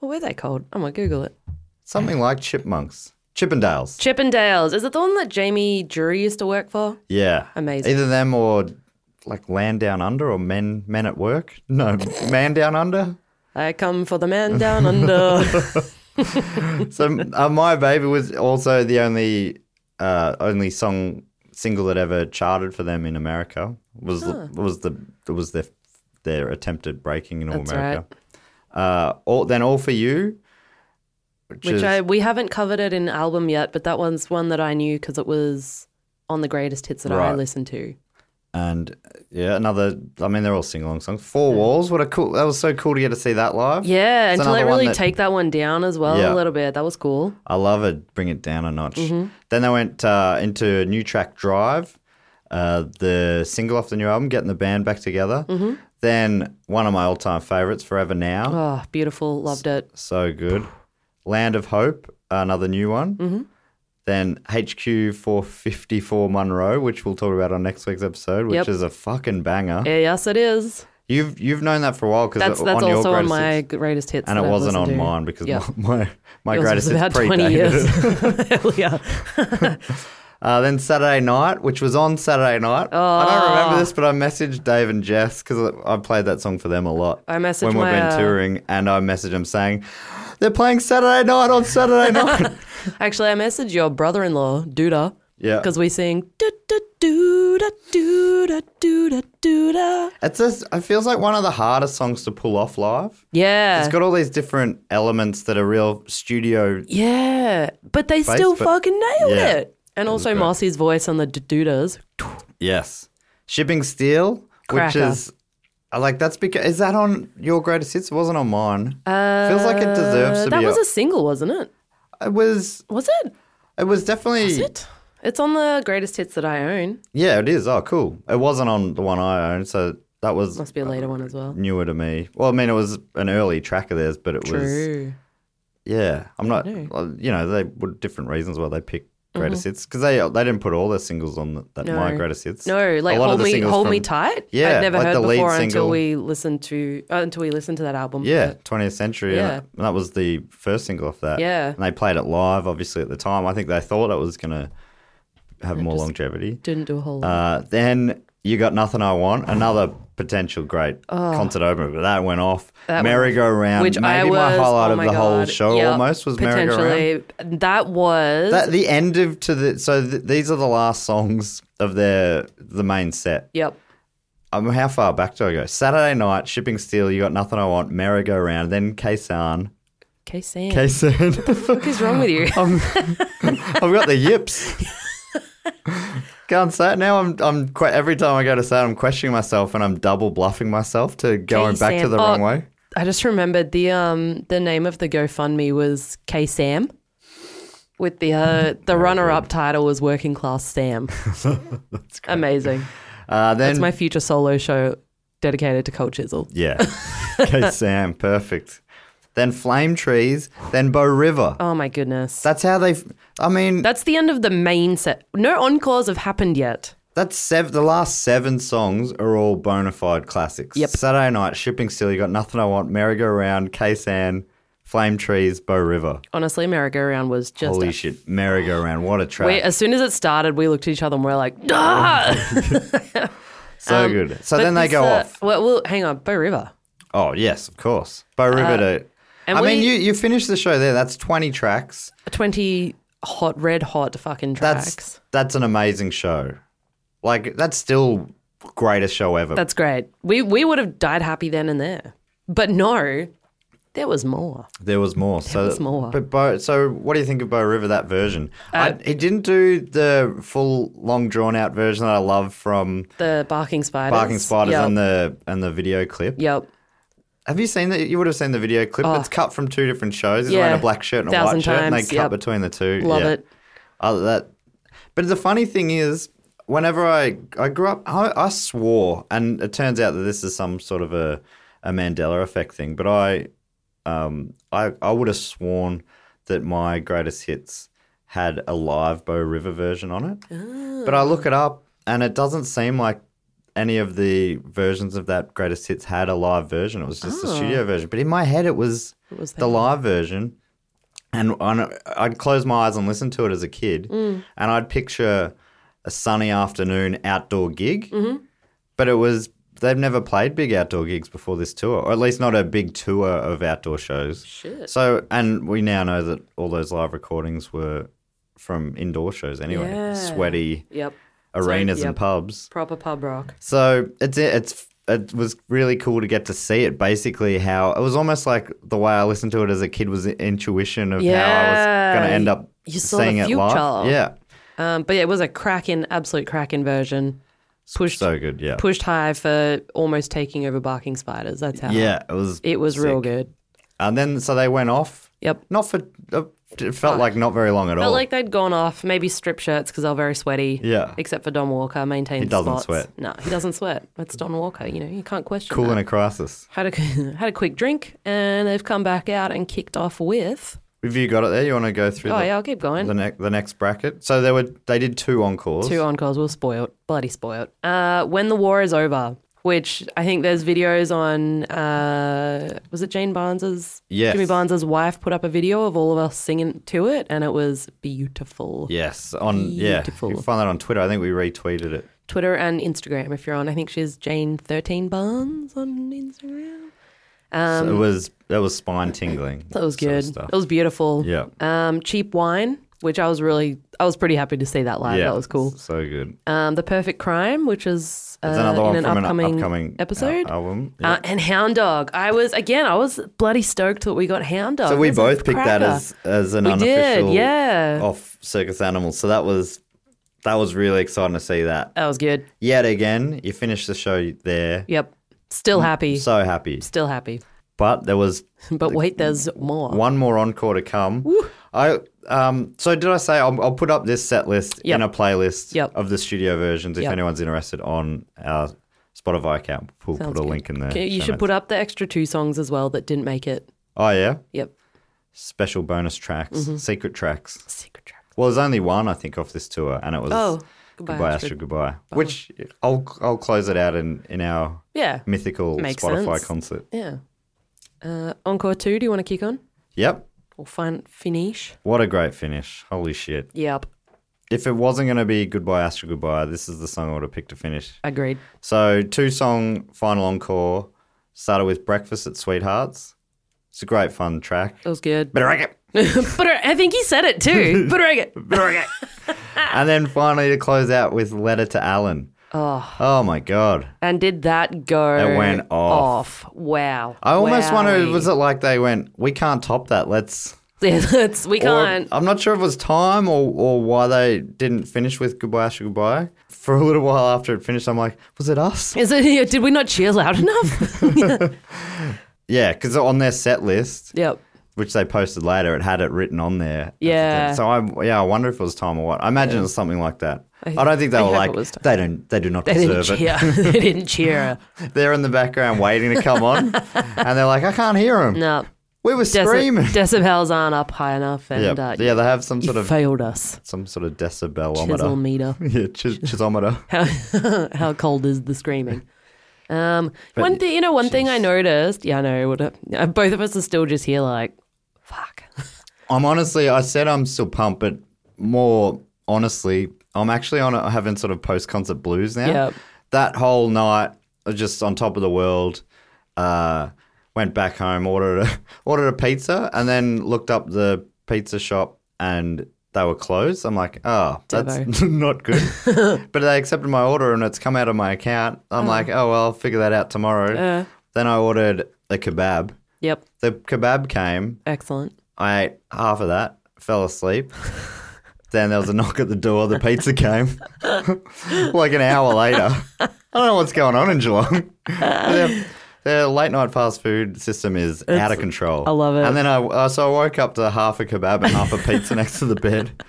[SPEAKER 4] What were they called? I'm going to Google it.
[SPEAKER 1] Something like chipmunks. Chippendales.
[SPEAKER 4] Chippendales. Is it the one that Jamie Drury used to work for?
[SPEAKER 1] yeah.
[SPEAKER 4] Amazing.
[SPEAKER 1] Either them or like Land Down Under or Men Men at Work. No, Man Down Under.
[SPEAKER 4] I come for the man down under.
[SPEAKER 1] So uh, My Baby was also the only uh, only song single that ever charted for them in America. Was was the was their their attempt at breaking in all
[SPEAKER 4] That's
[SPEAKER 1] America. Uh, all, then All for You.
[SPEAKER 4] Which I we haven't covered it in album yet, but that one's one that I knew because it was on the greatest hits that I
[SPEAKER 1] Right.
[SPEAKER 4] listened to.
[SPEAKER 1] and uh, yeah, another. I mean, they're all sing along songs. Four Walls. What a cool. That was so cool to get to see that live.
[SPEAKER 4] Hmm. Yeah,
[SPEAKER 1] It's
[SPEAKER 4] and to let
[SPEAKER 1] another one
[SPEAKER 4] really
[SPEAKER 1] that-
[SPEAKER 4] take that one down as well
[SPEAKER 1] Yeah.
[SPEAKER 4] a little bit. That was cool.
[SPEAKER 1] I love it. Bring it down a notch.
[SPEAKER 4] Mm-hmm.
[SPEAKER 1] Then they went uh, into new track Drive, uh, the single off the new album, getting the band back together. Then one of my all time favorites, Forever Now.
[SPEAKER 4] Mm-hmm. Oh, beautiful. Loved it.
[SPEAKER 1] So good. Land of Hope, another new one.
[SPEAKER 4] Mm-hmm.
[SPEAKER 1] Then HQ 454 Monroe, which we'll talk about on next week's episode, which
[SPEAKER 4] Yep.
[SPEAKER 1] is a fucking banger.
[SPEAKER 4] Yeah, yes, it is.
[SPEAKER 1] You've you've known that for a while because
[SPEAKER 4] That's that's
[SPEAKER 1] on your
[SPEAKER 4] also on
[SPEAKER 1] greatest
[SPEAKER 4] my
[SPEAKER 1] hits.
[SPEAKER 4] greatest hits,
[SPEAKER 1] and it
[SPEAKER 4] that I've
[SPEAKER 1] wasn't on
[SPEAKER 4] listened to.
[SPEAKER 1] mine because
[SPEAKER 4] Yeah.
[SPEAKER 1] my my, my
[SPEAKER 4] Yours
[SPEAKER 1] greatest
[SPEAKER 4] was about
[SPEAKER 1] hits predated.
[SPEAKER 4] twenty years. Hell yeah.
[SPEAKER 1] Uh, then Saturday night, which was on Saturday night. I don't remember this, but I messaged Dave and Jess because I I played that song for them a lot.
[SPEAKER 4] I messaged
[SPEAKER 1] when we've
[SPEAKER 4] my,
[SPEAKER 1] been
[SPEAKER 4] uh,
[SPEAKER 1] touring, and I messaged them saying they're playing Saturday night on Saturday night.
[SPEAKER 4] Actually, I messaged your brother-in-law, Duda.
[SPEAKER 1] Yeah.
[SPEAKER 4] Because we sing da da do da do da do da do da.
[SPEAKER 1] it's just, it feels like one of the hardest songs to pull off live.
[SPEAKER 4] Yeah.
[SPEAKER 1] It's got all these different elements that are real studio.
[SPEAKER 4] yeah. But they still
[SPEAKER 1] but-
[SPEAKER 4] fucking nailed
[SPEAKER 1] Yeah.
[SPEAKER 4] it. And also Mossy's voice on the Uh, dudas.
[SPEAKER 1] Yes, shipping steel, which
[SPEAKER 4] Cracker.
[SPEAKER 1] is. I Like that's because is that on your greatest hits? It wasn't on mine. Uh, Feels like it deserves to
[SPEAKER 4] That
[SPEAKER 1] be.
[SPEAKER 4] was
[SPEAKER 1] on-
[SPEAKER 4] a single, wasn't it?
[SPEAKER 1] it was.
[SPEAKER 4] Was it?
[SPEAKER 1] It was definitely.
[SPEAKER 4] Is it? It's on the greatest hits that I own.
[SPEAKER 1] Yeah, it is. Oh, cool. It wasn't on the one I own, so that was
[SPEAKER 4] Must be a later one as well.
[SPEAKER 1] newer to me. Well, I mean, it was an early track of theirs, but it was
[SPEAKER 4] True.
[SPEAKER 1] yeah. I'm not. well, You know, they were different reasons why they picked greatest hits because they they didn't put all their singles on the, that my
[SPEAKER 4] Uh-huh. No.
[SPEAKER 1] greatest hits.
[SPEAKER 4] No, like
[SPEAKER 1] a lot of
[SPEAKER 4] hold
[SPEAKER 1] the
[SPEAKER 4] me,
[SPEAKER 1] singles
[SPEAKER 4] hold me
[SPEAKER 1] from-
[SPEAKER 4] tight.
[SPEAKER 1] Yeah,
[SPEAKER 4] I'd never
[SPEAKER 1] like
[SPEAKER 4] heard
[SPEAKER 1] the lead
[SPEAKER 4] before until
[SPEAKER 1] single.
[SPEAKER 4] we listened to uh, until we listened to that album.
[SPEAKER 1] Yeah,
[SPEAKER 4] But
[SPEAKER 1] 20th century.
[SPEAKER 4] Yeah.
[SPEAKER 1] And that was the first single off that.
[SPEAKER 4] Yeah.
[SPEAKER 1] and they played it live, obviously at the time. I think they thought it was gonna have more longevity.
[SPEAKER 4] didn't do a whole lot.
[SPEAKER 1] Uh, then you got nothing I want. Another potential great concert opener, but that went off.
[SPEAKER 4] Oh. That went
[SPEAKER 1] merry go round,
[SPEAKER 4] which
[SPEAKER 1] Um, maybe
[SPEAKER 4] I was.
[SPEAKER 1] my highlight
[SPEAKER 4] oh
[SPEAKER 1] of
[SPEAKER 4] my
[SPEAKER 1] the whole
[SPEAKER 4] God.
[SPEAKER 1] show
[SPEAKER 4] Yeah,
[SPEAKER 1] almost was merry go round.
[SPEAKER 4] potentially. That was
[SPEAKER 1] That the end of to the so th- these are the last songs of their the main set.
[SPEAKER 4] yep.
[SPEAKER 1] Um, how far back do I go? Saturday night, shipping steel. You got nothing I want. Merry-go-round. Then Kaysan.
[SPEAKER 4] Okay, Sam.
[SPEAKER 1] Kaysan.
[SPEAKER 4] What is wrong with you?
[SPEAKER 1] I'm, I've got the yips. Can't say it now. I'm. I'm. que- Every time I go to say it, I'm questioning myself, and I'm double bluffing myself to going back to
[SPEAKER 4] Sam.
[SPEAKER 1] the
[SPEAKER 4] Oh.
[SPEAKER 1] wrong way.
[SPEAKER 4] I just remembered the um the name of the GoFundMe was K Sam, with the uh,
[SPEAKER 1] Oh
[SPEAKER 4] the runner up title was Working Class Sam. Amazing.
[SPEAKER 1] Uh, then
[SPEAKER 4] It's my future solo show dedicated to Cold Chisel.
[SPEAKER 1] yeah, Kaysan. Perfect. Then flame trees. Then Bow River.
[SPEAKER 4] Oh my goodness.
[SPEAKER 1] That's how they. I mean,
[SPEAKER 4] That's the end of the main set. No encores have happened yet.
[SPEAKER 1] That's seven. The last seven songs are all bona fide classics.
[SPEAKER 4] Yep.
[SPEAKER 1] Saturday night, shipping still. You got nothing I want. Merry-go-round, K-San, Flame Trees, Bow River.
[SPEAKER 4] Honestly, merry-go-round was just.
[SPEAKER 1] Holy
[SPEAKER 4] a-
[SPEAKER 1] shit, merry-go-round! What a track.
[SPEAKER 4] we, as soon as it started, we looked at each other and we are like, "Duh!"
[SPEAKER 1] so good. So
[SPEAKER 4] Um, But
[SPEAKER 1] then they
[SPEAKER 4] this,
[SPEAKER 1] go
[SPEAKER 4] uh,
[SPEAKER 1] off.
[SPEAKER 4] Well, well, hang on, Bow River.
[SPEAKER 1] Oh yes, of course. Bow River. to,
[SPEAKER 4] Uh, and
[SPEAKER 1] I mean,
[SPEAKER 4] we-
[SPEAKER 1] you you finish the show there. That's twenty tracks.
[SPEAKER 4] Twenty hot, red hot fucking tracks.
[SPEAKER 1] That's that's an amazing show. Like that's still greatest show ever.
[SPEAKER 4] That's great. We we would have died happy then and there. But no, there was more.
[SPEAKER 1] There was more. so
[SPEAKER 4] was more. Uh,
[SPEAKER 1] But Bo, so what do you think of Bo River that version? I, he didn't do the full long drawn out version that I love from
[SPEAKER 4] The barking spiders.
[SPEAKER 1] Barking Spiders
[SPEAKER 4] yep.
[SPEAKER 1] on the on the video clip.
[SPEAKER 4] Yep.
[SPEAKER 1] Have you seen that? You would have seen the video clip. It's cut from two different shows. He's wearing
[SPEAKER 4] Oh. Yeah.
[SPEAKER 1] a black shirt and a
[SPEAKER 4] Thousand
[SPEAKER 1] white shirt, and they
[SPEAKER 4] times,
[SPEAKER 1] cut
[SPEAKER 4] yep.
[SPEAKER 1] between the two.
[SPEAKER 4] Love
[SPEAKER 1] Yeah.
[SPEAKER 4] it.
[SPEAKER 1] I, Uh, that. But the funny thing is, whenever I I grew up, I, I swore, and it turns out that this is some sort of a, a Mandela effect thing. But I, um, I I would have sworn that my greatest hits had a live Bow River version on it. But I look it up, and it doesn't seem like any of the versions of that greatest hits had a live version. It was just the studio version. But in my head, it was,
[SPEAKER 4] was
[SPEAKER 1] the live version. And on, I'd close my eyes and listen to it as a kid, and I'd picture a sunny afternoon outdoor gig. But it was they've never played big outdoor gigs before this tour, or at least not a big tour of outdoor shows. Shit. So, and we now know that all those live recordings were from indoor shows anyway,
[SPEAKER 4] Yeah.
[SPEAKER 1] sweaty
[SPEAKER 4] Yep.
[SPEAKER 1] arenas
[SPEAKER 4] Sorry,
[SPEAKER 1] and
[SPEAKER 4] yep.
[SPEAKER 1] pubs.
[SPEAKER 4] Proper pub rock.
[SPEAKER 1] So it's it's it was really cool to get to see it. Basically, how it was almost like the way I listened to it as a kid was the intuition of how I was
[SPEAKER 4] Yeah.
[SPEAKER 1] going to end up
[SPEAKER 4] You saw the
[SPEAKER 1] seeing it live.
[SPEAKER 4] future.
[SPEAKER 1] Yeah,
[SPEAKER 4] Um, but yeah, it was a cracking, absolute cracking version. Pushed
[SPEAKER 1] so good. Yeah,
[SPEAKER 4] pushed high for almost taking over barking spiders. That's how.
[SPEAKER 1] yeah, it was.
[SPEAKER 4] It was real
[SPEAKER 1] sick.
[SPEAKER 4] good.
[SPEAKER 1] And then so they went off.
[SPEAKER 4] Yep.
[SPEAKER 1] Not for uh, it felt like not very long at all.
[SPEAKER 4] Felt like they'd gone off, maybe strip shirts because they're very sweaty.
[SPEAKER 1] Yeah.
[SPEAKER 4] Except for Don Walker, maintains
[SPEAKER 1] He doesn't
[SPEAKER 4] spots.
[SPEAKER 1] sweat.
[SPEAKER 4] No, he doesn't sweat. That's Don Walker. You know, you can't question.
[SPEAKER 1] cool
[SPEAKER 4] that.
[SPEAKER 1] in a crisis.
[SPEAKER 4] had a had a quick drink, and they've come back out and kicked off with.
[SPEAKER 1] Have you got it there? You want to go through?
[SPEAKER 4] Oh
[SPEAKER 1] the,
[SPEAKER 4] yeah, I'll keep
[SPEAKER 1] The
[SPEAKER 4] going.
[SPEAKER 1] next the next bracket. So they were they did two encores.
[SPEAKER 4] Two encores, we'll spoil it, bloody spoil it. Uh, when the war is over, which I think there's videos on. Uh, was it Jane Barnes's?
[SPEAKER 1] Yes.
[SPEAKER 4] Jimmy Barnes's wife put up a video of all of us singing to it, and it was beautiful.
[SPEAKER 1] Yes, on
[SPEAKER 4] Beautiful.
[SPEAKER 1] yeah. You can find that on Twitter. I think we retweeted it.
[SPEAKER 4] Twitter and Instagram. If you're on, I think she's Jane Thirteen Barnes on Instagram.
[SPEAKER 1] So it was that was spine tingling.
[SPEAKER 4] Um, That was
[SPEAKER 1] sort of
[SPEAKER 4] good.
[SPEAKER 1] stuff.
[SPEAKER 4] It was beautiful.
[SPEAKER 1] Yeah.
[SPEAKER 4] Um, cheap wine, which I was really, I was pretty happy to see that live. That was cool.
[SPEAKER 1] So good.
[SPEAKER 4] Um, the Perfect Crime, which is uh,
[SPEAKER 1] It's another one
[SPEAKER 4] in an
[SPEAKER 1] from
[SPEAKER 4] upcoming,
[SPEAKER 1] an upcoming uh,
[SPEAKER 4] episode.
[SPEAKER 1] album.
[SPEAKER 4] Uh, and Hound Dog. I was again. I was bloody stoked that we got Hound Dog.
[SPEAKER 1] so we
[SPEAKER 4] That's a
[SPEAKER 1] both picked that
[SPEAKER 4] cracker.
[SPEAKER 1] as as an
[SPEAKER 4] we
[SPEAKER 1] unofficial
[SPEAKER 4] did. Yeah,
[SPEAKER 1] off circus animal. So that was that was really exciting to see that.
[SPEAKER 4] that was good.
[SPEAKER 1] Yet again, you finished the show there.
[SPEAKER 4] Yep. Still happy.
[SPEAKER 1] Mm, So happy.
[SPEAKER 4] Still happy.
[SPEAKER 1] But there was
[SPEAKER 4] But wait, there's more.
[SPEAKER 1] mm, one more encore to come. I um so did I say I'll, I'll put up this set list
[SPEAKER 4] Yep.
[SPEAKER 1] in a playlist
[SPEAKER 4] Yep.
[SPEAKER 1] of the studio versions if
[SPEAKER 4] Yep.
[SPEAKER 1] anyone's interested on our Spotify account. We'll put a link in there.
[SPEAKER 4] Okay, you
[SPEAKER 1] show
[SPEAKER 4] should
[SPEAKER 1] notes.
[SPEAKER 4] put up the extra two songs as well that didn't make it.
[SPEAKER 1] Oh yeah,
[SPEAKER 4] Yep.
[SPEAKER 1] special bonus tracks,
[SPEAKER 4] Mm-hmm.
[SPEAKER 1] secret tracks.
[SPEAKER 4] Secret track.
[SPEAKER 1] Well, there's only one I think off this tour, and it was
[SPEAKER 4] Oh, goodbye, Uh-huh.
[SPEAKER 1] goodbye
[SPEAKER 4] Astrid.
[SPEAKER 1] Astrid, goodbye. Which I'll I'll close it out in in our
[SPEAKER 4] Yeah.
[SPEAKER 1] mythical
[SPEAKER 4] Makes
[SPEAKER 1] Spotify
[SPEAKER 4] sense.
[SPEAKER 1] concert.
[SPEAKER 4] Yeah. Uh, encore two. Do you want to kick on
[SPEAKER 1] Yep,
[SPEAKER 4] or fin- finish?
[SPEAKER 1] what a great finish! Holy shit!
[SPEAKER 4] Yep.
[SPEAKER 1] If it wasn't going to be goodbye Astrid, goodbye, this is the song I would have picked to finish.
[SPEAKER 4] Agreed.
[SPEAKER 1] So two song final encore started with breakfast at Sweethearts. It's a great fun track.
[SPEAKER 4] That was good.
[SPEAKER 1] Better racket.
[SPEAKER 4] But I think he said it too. But I get-
[SPEAKER 1] and then finally to close out with Letter to Alan. Oh, my god!
[SPEAKER 4] And did that go?
[SPEAKER 1] It went off.
[SPEAKER 4] off. Wow.
[SPEAKER 1] I almost wonder,
[SPEAKER 4] Wowee.
[SPEAKER 1] was it like they went, "We can't top that. Let's."
[SPEAKER 4] Yeah, that's- we
[SPEAKER 1] or-
[SPEAKER 4] can't.
[SPEAKER 1] I'm not sure if it was time or, or why they didn't finish with "Goodbye, Asher, Goodbye." For a little while after it finished, I'm like, "Was it us?"
[SPEAKER 4] Is it? Yeah, did we not cheer loud enough?
[SPEAKER 1] Yeah, because on their set list,
[SPEAKER 4] yep.
[SPEAKER 1] which they posted later, it had it written on there.
[SPEAKER 4] Yeah.
[SPEAKER 1] So I yeah, I wonder if it was time or what. I imagine it was something like that. I,
[SPEAKER 4] I-
[SPEAKER 1] don't think they
[SPEAKER 4] I
[SPEAKER 1] were
[SPEAKER 4] hope
[SPEAKER 1] like
[SPEAKER 4] it was time.
[SPEAKER 1] they don't they do not
[SPEAKER 4] They didn't
[SPEAKER 1] deserve it.
[SPEAKER 4] cheer. they didn't cheer.
[SPEAKER 1] They're in the background waiting to come on, and they're like, I can't hear them.
[SPEAKER 4] No.
[SPEAKER 1] We were
[SPEAKER 4] Deci-
[SPEAKER 1] screaming.
[SPEAKER 4] decibels aren't up high enough, and
[SPEAKER 1] yeah,
[SPEAKER 4] uh,
[SPEAKER 1] yeah, they have some
[SPEAKER 4] you
[SPEAKER 1] sort of
[SPEAKER 4] failed us.
[SPEAKER 1] some sort of decibelometer.
[SPEAKER 4] Chisel meter.
[SPEAKER 1] yeah, chis- chisometer.
[SPEAKER 4] How, how cold is the screaming? Um, one thing, you know, one thing I noticed. Yeah, I know. What a- uh, both of us are still just here, like, fuck.
[SPEAKER 1] I'm honestly, I said I'm still pumped, but more honestly, I'm actually on a, having sort of post concert blues now.
[SPEAKER 4] Yep.
[SPEAKER 1] That whole night, I was just on top of the world. Uh, went back home, ordered a, ordered a pizza, and then looked up the pizza shop, and they were closed. I'm like, oh, that's not good. but they accepted my order, and it's come out of my account. I'm like, oh well, I'll figure that out tomorrow. Then I ordered a kebab.
[SPEAKER 4] Yep.
[SPEAKER 1] The kebab came.
[SPEAKER 4] Excellent.
[SPEAKER 1] I ate half of that, fell asleep. then there was a knock at the door, the pizza came. like an hour later. I don't know what's going on in Geelong. their, their late night fast food system is out of control. I
[SPEAKER 4] love it.
[SPEAKER 1] And then I, uh, so I woke up to half a kebab and half a pizza next to the bed.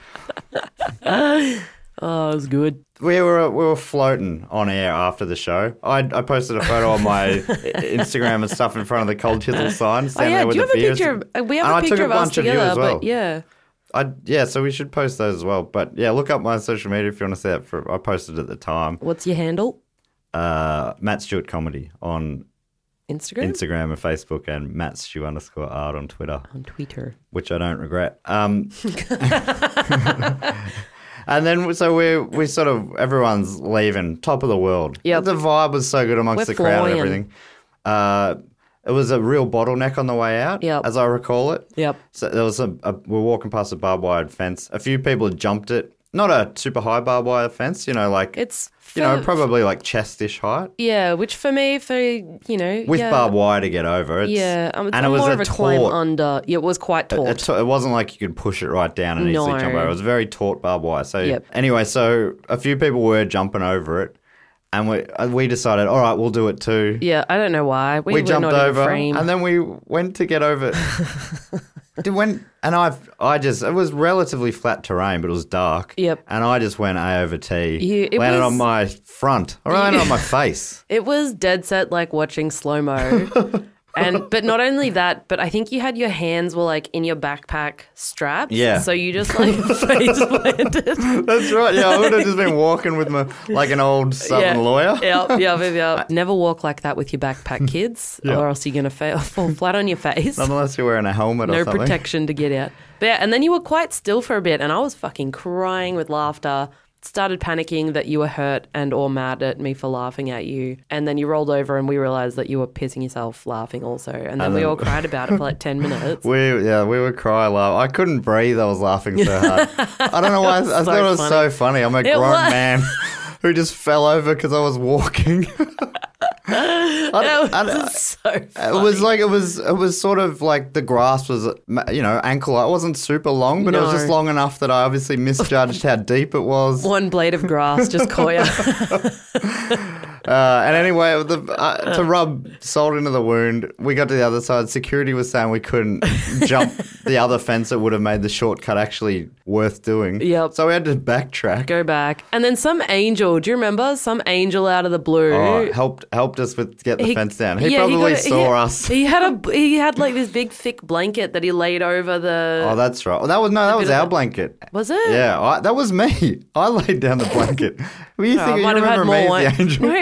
[SPEAKER 4] Oh, it was good.
[SPEAKER 1] We were uh, we were floating on air after the show. I, I posted a photo on my Instagram and stuff in front of the cold chisel sign.
[SPEAKER 4] Oh
[SPEAKER 1] standing there
[SPEAKER 4] yeah, do
[SPEAKER 1] with
[SPEAKER 4] you have
[SPEAKER 1] the
[SPEAKER 4] a
[SPEAKER 1] beers.
[SPEAKER 4] picture? Of, uh, we have
[SPEAKER 1] And
[SPEAKER 4] a
[SPEAKER 1] I took
[SPEAKER 4] picture
[SPEAKER 1] a
[SPEAKER 4] of us
[SPEAKER 1] bunch of you
[SPEAKER 4] together,
[SPEAKER 1] as well.
[SPEAKER 4] but yeah,
[SPEAKER 1] I yeah, so we should post those as well. But yeah, look up my social media if you want to see that. For I posted at the time,
[SPEAKER 4] what's your handle?
[SPEAKER 1] uh, Matt Stewart comedy on
[SPEAKER 4] Instagram,
[SPEAKER 1] Instagram and Facebook, and Matt Stewart underscore art on Twitter,
[SPEAKER 4] on Twitter.
[SPEAKER 1] which I don't regret. Um, and then so we we sort of everyone's leaving, top of the world.
[SPEAKER 4] Yep.
[SPEAKER 1] the vibe was so good amongst
[SPEAKER 4] We're
[SPEAKER 1] the crowd and
[SPEAKER 4] flying.
[SPEAKER 1] everything. Uh, it was a real bottleneck on the way out,
[SPEAKER 4] Yep.
[SPEAKER 1] as I recall it.
[SPEAKER 4] Yep.
[SPEAKER 1] So there was a, a we're walking past a barbed wire fence. A few people had jumped it. Not a super high barbed wire fence, you know, like
[SPEAKER 4] It's
[SPEAKER 1] you know
[SPEAKER 4] for-
[SPEAKER 1] probably like chestish height
[SPEAKER 4] Yeah, which for me, for you know,
[SPEAKER 1] with
[SPEAKER 4] yeah,
[SPEAKER 1] barbed wire to get over. It's,
[SPEAKER 4] Yeah, um, it's more of a climb under. Yeah, it was quite taut.
[SPEAKER 1] It, it wasn't like you could push it right down and easily
[SPEAKER 4] No.
[SPEAKER 1] jump over. It was very taut barbed wire. So
[SPEAKER 4] Yep.
[SPEAKER 1] anyway, so a few people were jumping over it, and we uh, we decided, all right, we'll do it too.
[SPEAKER 4] yeah, I don't know why we,
[SPEAKER 1] we
[SPEAKER 4] were
[SPEAKER 1] jumped
[SPEAKER 4] not in the
[SPEAKER 1] over
[SPEAKER 4] frame.
[SPEAKER 1] and then we went to get over Did- when and I've I just it was relatively flat terrain but it was dark
[SPEAKER 4] Yep.
[SPEAKER 1] and I just went A over T
[SPEAKER 4] You- it
[SPEAKER 1] landed
[SPEAKER 4] was-
[SPEAKER 1] on my front or landed on my face
[SPEAKER 4] It was dead set like watching slow mo. and but not only that, but I think you had your hands were like in your backpack straps.
[SPEAKER 1] Yeah.
[SPEAKER 4] So you just like face planted.
[SPEAKER 1] that's right yeah I would have just been walking with my like an old southern lawyer
[SPEAKER 4] Yep, yep, yep, yep. Never walk like that with your backpack, kids, or else you're gonna fail, fall flat on your face.
[SPEAKER 1] unless you're wearing a helmet or
[SPEAKER 4] no
[SPEAKER 1] something
[SPEAKER 4] protection to get out. But yeah, and then you were quite still for a bit, and I was fucking crying with laughter. Started panicking that you were hurt and or mad at me for laughing at you, and then you rolled over, and we realized that you were pissing yourself laughing also, and then we all cried about it for like ten minutes.
[SPEAKER 1] we yeah we would cry laugh I couldn't breathe I was laughing so hard I don't know why I, I thought it was so funny I'm a grown
[SPEAKER 4] was.
[SPEAKER 1] man who just fell over because I was walking
[SPEAKER 4] That
[SPEAKER 1] I
[SPEAKER 4] was
[SPEAKER 1] don't-
[SPEAKER 4] so
[SPEAKER 1] It was like it was it was sort of like the grass was you know ankle. It wasn't super long, but it was
[SPEAKER 4] No.
[SPEAKER 1] just long enough that I obviously misjudged how deep it was.
[SPEAKER 4] one blade of grass just caught you.
[SPEAKER 1] Uh, and anyway, the, uh, to rub salt into the wound, we got to the other side. Security was saying we couldn't jump the other fence that would have made the shortcut actually worth doing.
[SPEAKER 4] Yep.
[SPEAKER 1] So we had to backtrack.
[SPEAKER 4] Go back, and then some angel. Do you remember some angel out of the blue?
[SPEAKER 1] Oh, helped helped us with get the
[SPEAKER 4] He-
[SPEAKER 1] fence down. He
[SPEAKER 4] yeah,
[SPEAKER 1] probably
[SPEAKER 4] got a-
[SPEAKER 1] saw
[SPEAKER 4] he-
[SPEAKER 1] us.
[SPEAKER 4] He had a he had like this big thick blanket that he laid over the.
[SPEAKER 1] Oh, that's right. Well, that was no, that was
[SPEAKER 4] of
[SPEAKER 1] our
[SPEAKER 4] a-
[SPEAKER 1] blanket.
[SPEAKER 4] Was it?
[SPEAKER 1] Yeah, I, that was me. I laid down the blanket. Well, you
[SPEAKER 4] Oh,
[SPEAKER 1] think you remember me as the
[SPEAKER 4] wine.
[SPEAKER 1] angel?
[SPEAKER 4] No,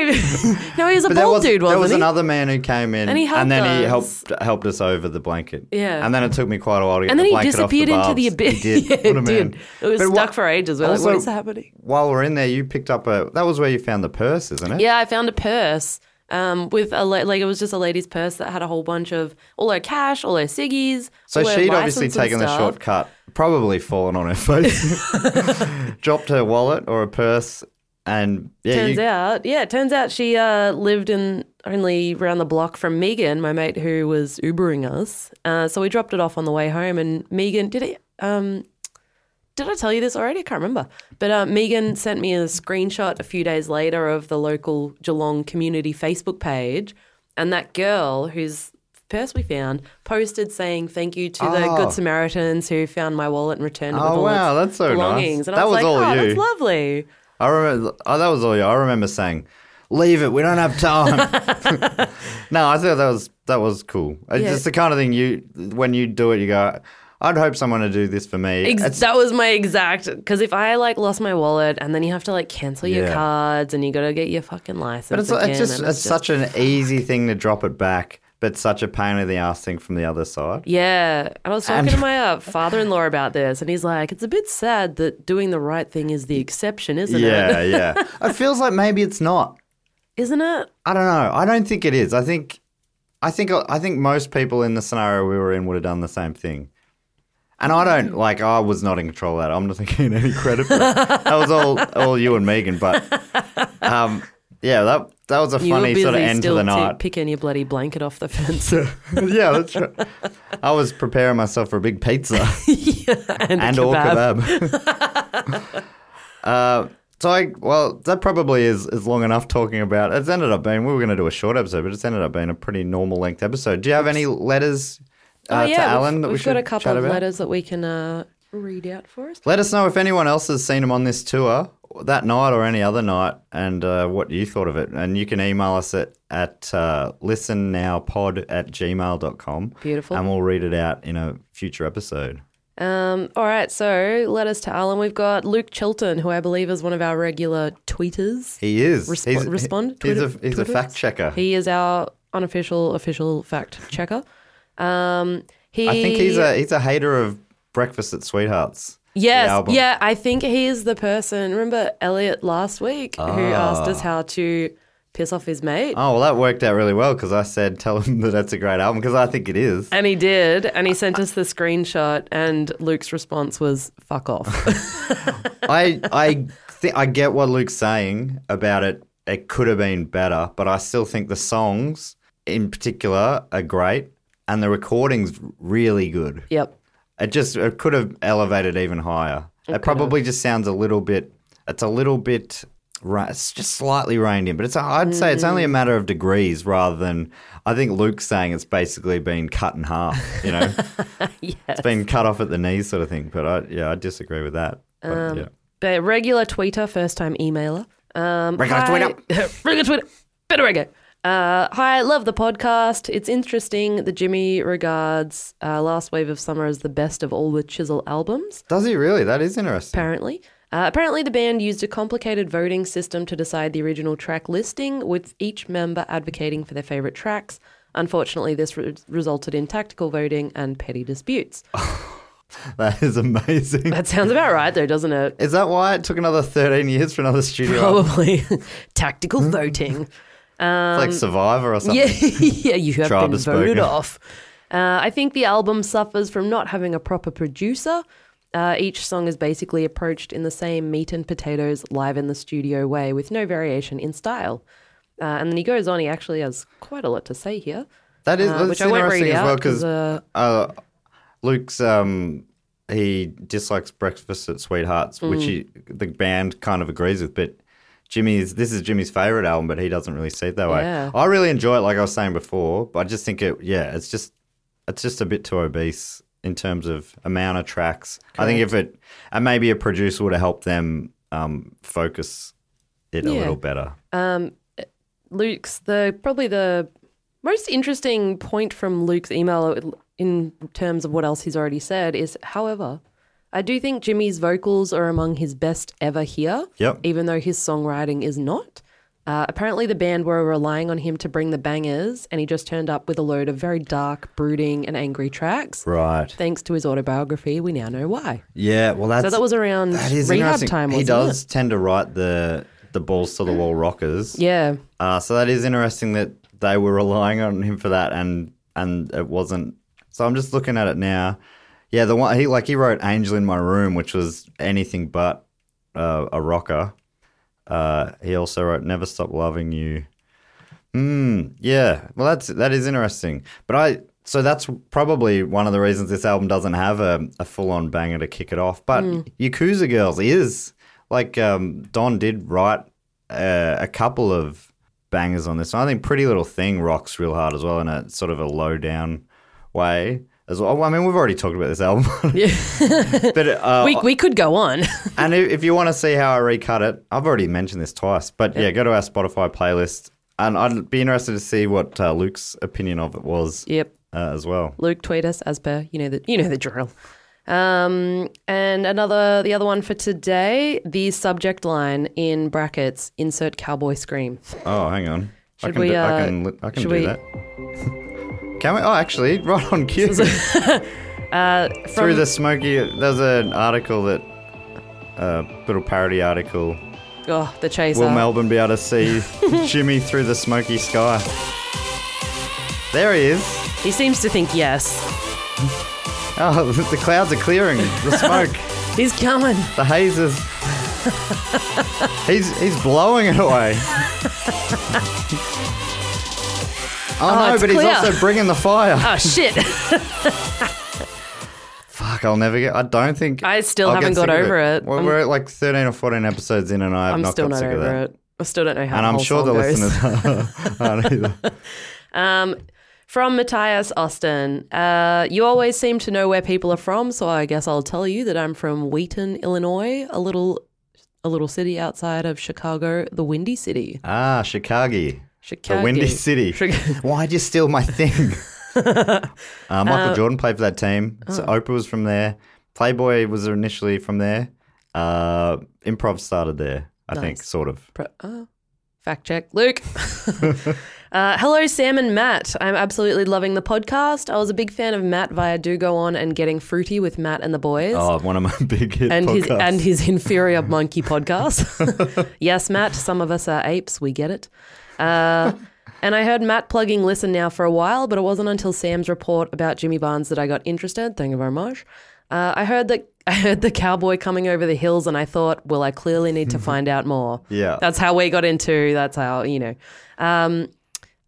[SPEAKER 4] no, he was a
[SPEAKER 1] But there
[SPEAKER 4] bald
[SPEAKER 1] was,
[SPEAKER 4] dude, wasn't
[SPEAKER 1] there was
[SPEAKER 4] he?
[SPEAKER 1] another man who came in,
[SPEAKER 4] And he helped
[SPEAKER 1] then he
[SPEAKER 4] us.
[SPEAKER 1] helped helped us over the blanket.
[SPEAKER 4] Yeah.
[SPEAKER 1] and then it took me quite a while to get
[SPEAKER 4] and then
[SPEAKER 1] the
[SPEAKER 4] he
[SPEAKER 1] blanket
[SPEAKER 4] disappeared
[SPEAKER 1] off
[SPEAKER 4] into the
[SPEAKER 1] barbs.
[SPEAKER 4] abyss.
[SPEAKER 1] He did.
[SPEAKER 4] Yeah,
[SPEAKER 1] what a
[SPEAKER 4] it
[SPEAKER 1] man.
[SPEAKER 4] did. It was
[SPEAKER 1] But
[SPEAKER 4] stuck
[SPEAKER 1] wha-
[SPEAKER 4] for ages. We're
[SPEAKER 1] also,
[SPEAKER 4] like, what is happening?
[SPEAKER 1] While we're in there, you picked up a. That was where you found the purse, isn't it?
[SPEAKER 4] Yeah, I found a purse um, with a la- like it was just a lady's purse that had a whole bunch of all her cash, all her ciggies.
[SPEAKER 1] So
[SPEAKER 4] all her
[SPEAKER 1] she'd obviously
[SPEAKER 4] license and
[SPEAKER 1] taken the
[SPEAKER 4] stuff.
[SPEAKER 1] shortcut, probably fallen on her face, dropped her wallet or a purse And yeah,
[SPEAKER 4] turns
[SPEAKER 1] you-
[SPEAKER 4] out, yeah, turns out she uh, lived in only round the block from Megan, my mate who was Ubering us. Uh, so we dropped it off on the way home, and Megan did it. Um, did I tell you this already? I can't remember. But uh, Megan sent me a screenshot a few days later of the local Geelong community Facebook page, and that girl whose purse we found posted saying thank you to the
[SPEAKER 1] Oh.
[SPEAKER 4] good Samaritans who found my wallet and returned it with
[SPEAKER 1] Oh,
[SPEAKER 4] all
[SPEAKER 1] wow,
[SPEAKER 4] its
[SPEAKER 1] that's so nice.
[SPEAKER 4] belongings. And
[SPEAKER 1] That
[SPEAKER 4] I
[SPEAKER 1] was
[SPEAKER 4] was, like,
[SPEAKER 1] all
[SPEAKER 4] oh,
[SPEAKER 1] you."
[SPEAKER 4] that's lovely.
[SPEAKER 1] I remember. Oh, that was all you. I remember saying, "Leave it. We don't have time." no, I thought that was that was cool. It's
[SPEAKER 4] Yeah.
[SPEAKER 1] just the kind of thing you when you do it, you go, "I'd hope someone would do this for me."
[SPEAKER 4] Ex-
[SPEAKER 1] It's-
[SPEAKER 4] that was my exact because if I like lost my wallet and then you have to like cancel your
[SPEAKER 1] Yeah.
[SPEAKER 4] cards and you gotta get your fucking license.
[SPEAKER 1] but it's,
[SPEAKER 4] again,
[SPEAKER 1] it's just
[SPEAKER 4] and
[SPEAKER 1] it's such an easy thing to drop it back, but such a pain in the ass thing from the other side.
[SPEAKER 4] yeah. And I was talking
[SPEAKER 1] And-
[SPEAKER 4] to my uh, father-in-law about this, and he's like, "It's a bit sad that doing the right thing is the exception, isn't it?
[SPEAKER 1] Yeah, yeah. it feels like maybe it's not.
[SPEAKER 4] Isn't it?
[SPEAKER 1] I don't know. I don't think it is. I think, I think, uh, I think most people in the scenario we were in would have done the same thing. And I
[SPEAKER 4] Mm.
[SPEAKER 1] don't like. I was not in control of that. I'm not taking any credit for it. that was all, all you and Megan. But, um, yeah, that that was a
[SPEAKER 4] You were
[SPEAKER 1] funny
[SPEAKER 4] busy
[SPEAKER 1] sort of end to
[SPEAKER 4] still
[SPEAKER 1] the night.
[SPEAKER 4] picking your bloody blanket off the fence
[SPEAKER 1] yeah, that's right. I was preparing myself for a big pizza.
[SPEAKER 4] and,
[SPEAKER 1] and
[SPEAKER 4] a
[SPEAKER 1] or
[SPEAKER 4] kebab.
[SPEAKER 1] kebab. uh, so I well, that probably is is long enough talking about. It's ended up being we were going to do a short episode, but it's ended up being a pretty normal length episode. Do you have any letters uh,
[SPEAKER 4] oh yeah,
[SPEAKER 1] to Alan
[SPEAKER 4] we've,
[SPEAKER 1] that we
[SPEAKER 4] we've
[SPEAKER 1] should
[SPEAKER 4] got a
[SPEAKER 1] chat
[SPEAKER 4] couple of
[SPEAKER 1] about?
[SPEAKER 4] letters that we can uh, read out for us.
[SPEAKER 1] Let us know if anyone else has seen him on this tour that night or any other night and uh, what you thought of it. And you can email us at, at uh, listennowpod at gmail.com.
[SPEAKER 4] Beautiful.
[SPEAKER 1] And we'll read it out in a future episode.
[SPEAKER 4] Um, all right, so letters to Alan. We've got Luke Chilton, who I believe is one of our regular tweeters.
[SPEAKER 1] He is.
[SPEAKER 4] Respo-
[SPEAKER 1] he's,
[SPEAKER 4] respond?
[SPEAKER 1] He's, a,
[SPEAKER 4] Twitter-
[SPEAKER 1] he's a
[SPEAKER 4] Twitterers?
[SPEAKER 1] fact checker.
[SPEAKER 4] He is our unofficial, official fact checker. Um, he,
[SPEAKER 1] I think he's a he's a hater of Breakfast at Sweethearts. the
[SPEAKER 4] yes,
[SPEAKER 1] album.
[SPEAKER 4] yeah. I think he is the person. Remember Elliot last week who
[SPEAKER 1] Ah.
[SPEAKER 4] asked us how to piss off his mate,
[SPEAKER 1] Oh well, that worked out really well because I said tell him that that's a great album because I think it is.
[SPEAKER 4] and he did, and he sent us the screenshot, and Luke's response was "fuck off."
[SPEAKER 1] I I think I get what Luke's saying about it. It could have been better, but I still think the songs in particular are great and the recordings really good.
[SPEAKER 4] yep.
[SPEAKER 1] It just it could have elevated even higher. It, probably just sounds a little bit. It's a little bit. ri- It's just slightly reined in, but it's. a- I'd say it's
[SPEAKER 4] Mm.
[SPEAKER 1] only a matter of degrees rather than. I think Luke's saying it's basically been cut in half. You know, it's been cut off at the knees, sort of thing. But I, yeah, I disagree with that. But,
[SPEAKER 4] Um,
[SPEAKER 1] yeah.
[SPEAKER 4] But regular tweeter, first time emailer. Um,
[SPEAKER 1] Regular
[SPEAKER 4] hi- regular tweeter. Bit of reggae. Uh, hi, love the podcast. It's interesting that Jimmy regards uh, Last Wave of Summer as the best of all the Chisel albums,
[SPEAKER 1] Does he really? That is interesting.
[SPEAKER 4] apparently. Uh, apparently, the band used a complicated voting system to decide the original track listing, with each member advocating for their favorite tracks. Unfortunately, this re- resulted in tactical voting and petty disputes.
[SPEAKER 1] That is amazing.
[SPEAKER 4] That sounds about right, though, doesn't it?
[SPEAKER 1] Is that why it took another 13 years for another studio? album?
[SPEAKER 4] Probably tactical voting.
[SPEAKER 1] It's like Survivor or something.
[SPEAKER 4] Yeah, yeah, you have
[SPEAKER 1] Tribe
[SPEAKER 4] been
[SPEAKER 1] has spoken.
[SPEAKER 4] voted off. Uh, I think the album suffers from not having a proper producer. Uh, each song is basically approached in the same meat and potatoes, live in the studio way, with no variation in style. Uh, and then he goes on. He actually has quite a lot to say here,
[SPEAKER 1] That is
[SPEAKER 4] uh,
[SPEAKER 1] that's
[SPEAKER 4] which I won't
[SPEAKER 1] interesting
[SPEAKER 4] read
[SPEAKER 1] as well
[SPEAKER 4] out
[SPEAKER 1] because
[SPEAKER 4] because uh,
[SPEAKER 1] uh, Luke's um, he dislikes Breakfast at Sweethearts, which he,
[SPEAKER 4] Mm.
[SPEAKER 1] the band kind of agrees with, but. Jimmy's this is Jimmy's favorite album, but he doesn't really see it that way.
[SPEAKER 4] Yeah.
[SPEAKER 1] I really enjoy it, like I was saying before, but I just think it, yeah, it's just it's just a bit too obese in terms of amount of tracks. I think if it and maybe a producer would have helped them um, focus it a
[SPEAKER 4] Yeah.
[SPEAKER 1] little better.
[SPEAKER 4] Luke's the probably the most interesting point from Luke's email in terms of what else he's already said is, however, I do think Jimmy's vocals are among his best ever here.
[SPEAKER 1] Yep.
[SPEAKER 4] Even though his songwriting is not. Uh, apparently, the band were relying on him to bring the bangers, and he just turned up with a load of very dark, brooding, and angry tracks.
[SPEAKER 1] Right.
[SPEAKER 4] Thanks to his autobiography, we now know why.
[SPEAKER 1] Yeah. Well, that's
[SPEAKER 4] So that was around
[SPEAKER 1] That is
[SPEAKER 4] rehab
[SPEAKER 1] interesting.
[SPEAKER 4] time.
[SPEAKER 1] he
[SPEAKER 4] wasn't
[SPEAKER 1] does
[SPEAKER 4] it?
[SPEAKER 1] tend to write the the balls to the wall rockers.
[SPEAKER 4] Yeah.
[SPEAKER 1] Uh, so that is interesting that they were relying on him for that, and and it wasn't. So I'm just looking at it now. Yeah, the one he like he wrote "Angel in My Room," which was anything but uh, a rocker. Uh, he also wrote "Never Stop Loving You." Mm, yeah, well, that's that is interesting. But I so that's probably one of the reasons this album doesn't have a, a full on banger to kick it off. But Yakuza Girls is like um, Don did write uh, a couple of bangers on this. I think Pretty Little Thing rocks real hard as well in a sort of a low down way as well. I mean, we've already talked about this album, but uh,
[SPEAKER 4] We, we could go on.
[SPEAKER 1] and if if you want to see how I recut it, I've already mentioned this twice, but yeah, go to our Spotify playlist, and I'd be interested to see what uh, Luke's opinion of it was
[SPEAKER 4] yep.
[SPEAKER 1] uh, as well.
[SPEAKER 4] Luke, tweet us as per you know the you know the drill. Um, and another the other one for today, the subject line in brackets, insert cowboy scream.
[SPEAKER 1] Oh, hang on, I
[SPEAKER 4] Should
[SPEAKER 1] can
[SPEAKER 4] we,
[SPEAKER 1] do,
[SPEAKER 4] uh,
[SPEAKER 1] I can, li- I can
[SPEAKER 4] should
[SPEAKER 1] do
[SPEAKER 4] we-
[SPEAKER 1] that. can we? Oh, actually, right on cue.
[SPEAKER 4] Uh,
[SPEAKER 1] Through the smoky, there's an article that uh, little parody article.
[SPEAKER 4] Oh, the chaser.
[SPEAKER 1] Will Melbourne be able to see Jimmy through the smoky sky? There he is.
[SPEAKER 4] he seems to think yes.
[SPEAKER 1] Oh, the clouds are clearing. The smoke.
[SPEAKER 4] He's coming.
[SPEAKER 1] The haze is. he's he's blowing it away. oh, no,
[SPEAKER 4] it's
[SPEAKER 1] but he's
[SPEAKER 4] clear.
[SPEAKER 1] also bringing the fire.
[SPEAKER 4] Oh shit.
[SPEAKER 1] Fuck, I'll never get. I don't think.
[SPEAKER 4] I still
[SPEAKER 1] I'll
[SPEAKER 4] haven't
[SPEAKER 1] get sick
[SPEAKER 4] got
[SPEAKER 1] of
[SPEAKER 4] over it.
[SPEAKER 1] We're,
[SPEAKER 4] I'm-
[SPEAKER 1] we're at like 13 or 14 episodes in, and I have
[SPEAKER 4] I'm
[SPEAKER 1] not
[SPEAKER 4] still
[SPEAKER 1] got
[SPEAKER 4] not
[SPEAKER 1] sick of
[SPEAKER 4] over
[SPEAKER 1] that.
[SPEAKER 4] it. I still don't know how
[SPEAKER 1] And
[SPEAKER 4] the
[SPEAKER 1] I'm
[SPEAKER 4] whole
[SPEAKER 1] sure the
[SPEAKER 4] song goes. Um,
[SPEAKER 1] listeners aren't either.
[SPEAKER 4] From Matthias Austin, uh, you always seem to know where people are from, so I guess I'll tell you that I'm from Wheaton, Illinois, a little, a little city outside of Chicago, the Windy City.
[SPEAKER 1] Ah, Chicago.
[SPEAKER 4] Chicago.
[SPEAKER 1] The Windy City.
[SPEAKER 4] Chic-
[SPEAKER 1] Why'd you steal my thing? uh, Michael Jordan played for that team.
[SPEAKER 4] oh.
[SPEAKER 1] So Oprah was from there. Playboy was initially from there. Uh, improv started there, I think, sort of.
[SPEAKER 4] Pro- oh, fact check, Luke. uh, hello, Sam and Matt. I'm absolutely loving the podcast. I was a big fan of Matt via Do Go On and Getting Fruity with Matt and the Boys.
[SPEAKER 1] Oh, one of my big hit
[SPEAKER 4] and his
[SPEAKER 1] podcasts.
[SPEAKER 4] and his inferior monkey podcast. yes, Matt. Some of us are apes. We get it. Uh, and I heard Matt plugging Listen Now for a while, but it wasn't until Sam's report about Jimmy Barnes that I got interested. Thank you very much. Uh, I heard that I heard the cowboy coming over the hills, and I thought, well, I clearly need to find out more.
[SPEAKER 1] Mm-hmm. Yeah.
[SPEAKER 4] that's how we got into. That's how you know. Um,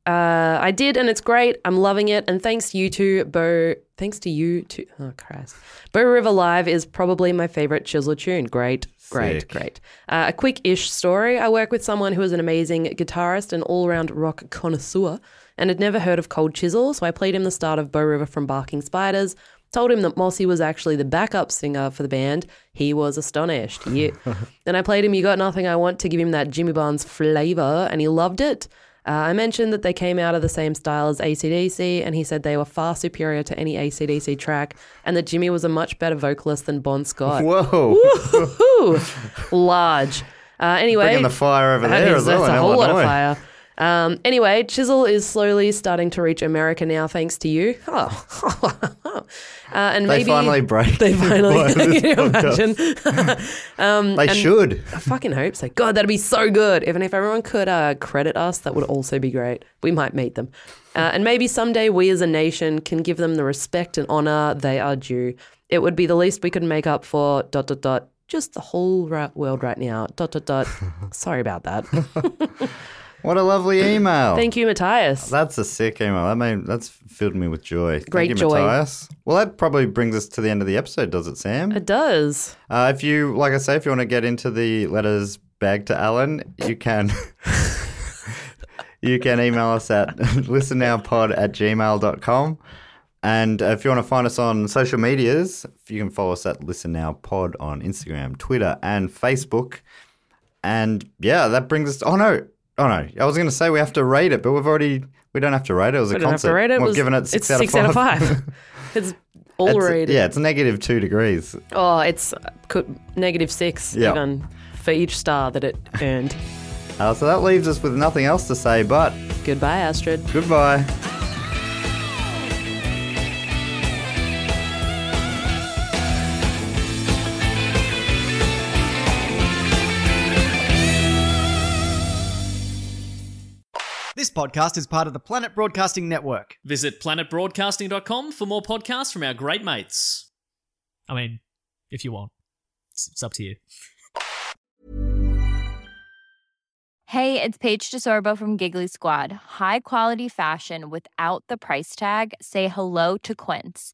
[SPEAKER 4] uh, I did, and it's great. I'm loving it. And thanks to you two, Bo. Thanks to you two. Oh, Christ. Bo River Live is probably my favorite chisel tune. Great, great,
[SPEAKER 1] Sick.
[SPEAKER 4] great. Uh, a quick ish story. I work with someone who is an amazing guitarist and all round rock connoisseur and had never heard of Cold Chisel, so I played him the start of Bow River from Barking Spiders. Told him that Mossy was actually the backup singer for the band. He was astonished. Yeah. then I played him You Got Nothing I Want to give him that Jimmy Barnes flavor, and he loved it. Uh, I mentioned that they came out of the same style as ACDC, and he said they were far superior to any ACDC track, and that Jimmy was a much better vocalist than Bon Scott.
[SPEAKER 1] Whoa.
[SPEAKER 4] Ooh, large. Uh, anyway,
[SPEAKER 1] Bringing the fire over
[SPEAKER 4] that
[SPEAKER 1] there
[SPEAKER 4] is-
[SPEAKER 1] as well.
[SPEAKER 4] That's
[SPEAKER 1] in
[SPEAKER 4] a whole lot of
[SPEAKER 1] Illinois.
[SPEAKER 4] fire. Um, anyway, Chisel is slowly starting to reach America now, thanks to you. Oh, uh, and
[SPEAKER 1] They
[SPEAKER 4] maybe
[SPEAKER 1] finally break.
[SPEAKER 4] they
[SPEAKER 1] Why
[SPEAKER 4] finally
[SPEAKER 1] is this
[SPEAKER 4] can you
[SPEAKER 1] podcast-
[SPEAKER 4] imagine.
[SPEAKER 1] They should.
[SPEAKER 4] I fucking hope so. God, that'd be so good. Even if everyone could uh, credit us, that would also be great. We might meet them. Uh, and maybe someday we as a nation can give them the respect and honor they are due. It would be the least we could make up for dot dot dot. Just the whole right world right now. Dot dot dot. Sorry about that.
[SPEAKER 1] What a lovely email.
[SPEAKER 4] Thank you, Matthias.
[SPEAKER 1] That's a sick email. That made, that's filled me with joy.
[SPEAKER 4] Great
[SPEAKER 1] Thank you,
[SPEAKER 4] joy.
[SPEAKER 1] Matthias. Well, that probably brings us to the end of the episode, does it, Sam?
[SPEAKER 4] It does.
[SPEAKER 1] Uh, if you, like I say, if you want to get into the letters bag to Alan, you can. you can email us at listennowpod at gmail.com. And uh, if you want to find us on social medias, you can follow us at Listen Now Pod on Instagram, Twitter, and Facebook. And yeah, that brings us. oh no, oh no! I was going to say we have to rate it, but we've already we don't have to rate it. It was a
[SPEAKER 4] I don't have
[SPEAKER 1] concert.
[SPEAKER 4] to rate it. It
[SPEAKER 1] We've
[SPEAKER 4] was-
[SPEAKER 1] given it six,
[SPEAKER 4] it's six out of five. it's all
[SPEAKER 1] It's-
[SPEAKER 4] rated.
[SPEAKER 1] Yeah, it's negative two degrees.
[SPEAKER 4] Oh, it's uh, could, negative six
[SPEAKER 1] Yeah.
[SPEAKER 4] even for each star that it earned.
[SPEAKER 1] Uh, so that leaves us with nothing else to say, but
[SPEAKER 4] Goodbye, Astrid.
[SPEAKER 1] goodbye.
[SPEAKER 2] This podcast is part of the Planet Broadcasting Network.
[SPEAKER 3] Visit planetbroadcasting.com for more podcasts from our great mates.
[SPEAKER 8] I mean, if you want, it's, it's up to you. Hey, it's Paige DeSorbo from Giggly Squad. High quality fashion without the price tag. Say hello to Quince.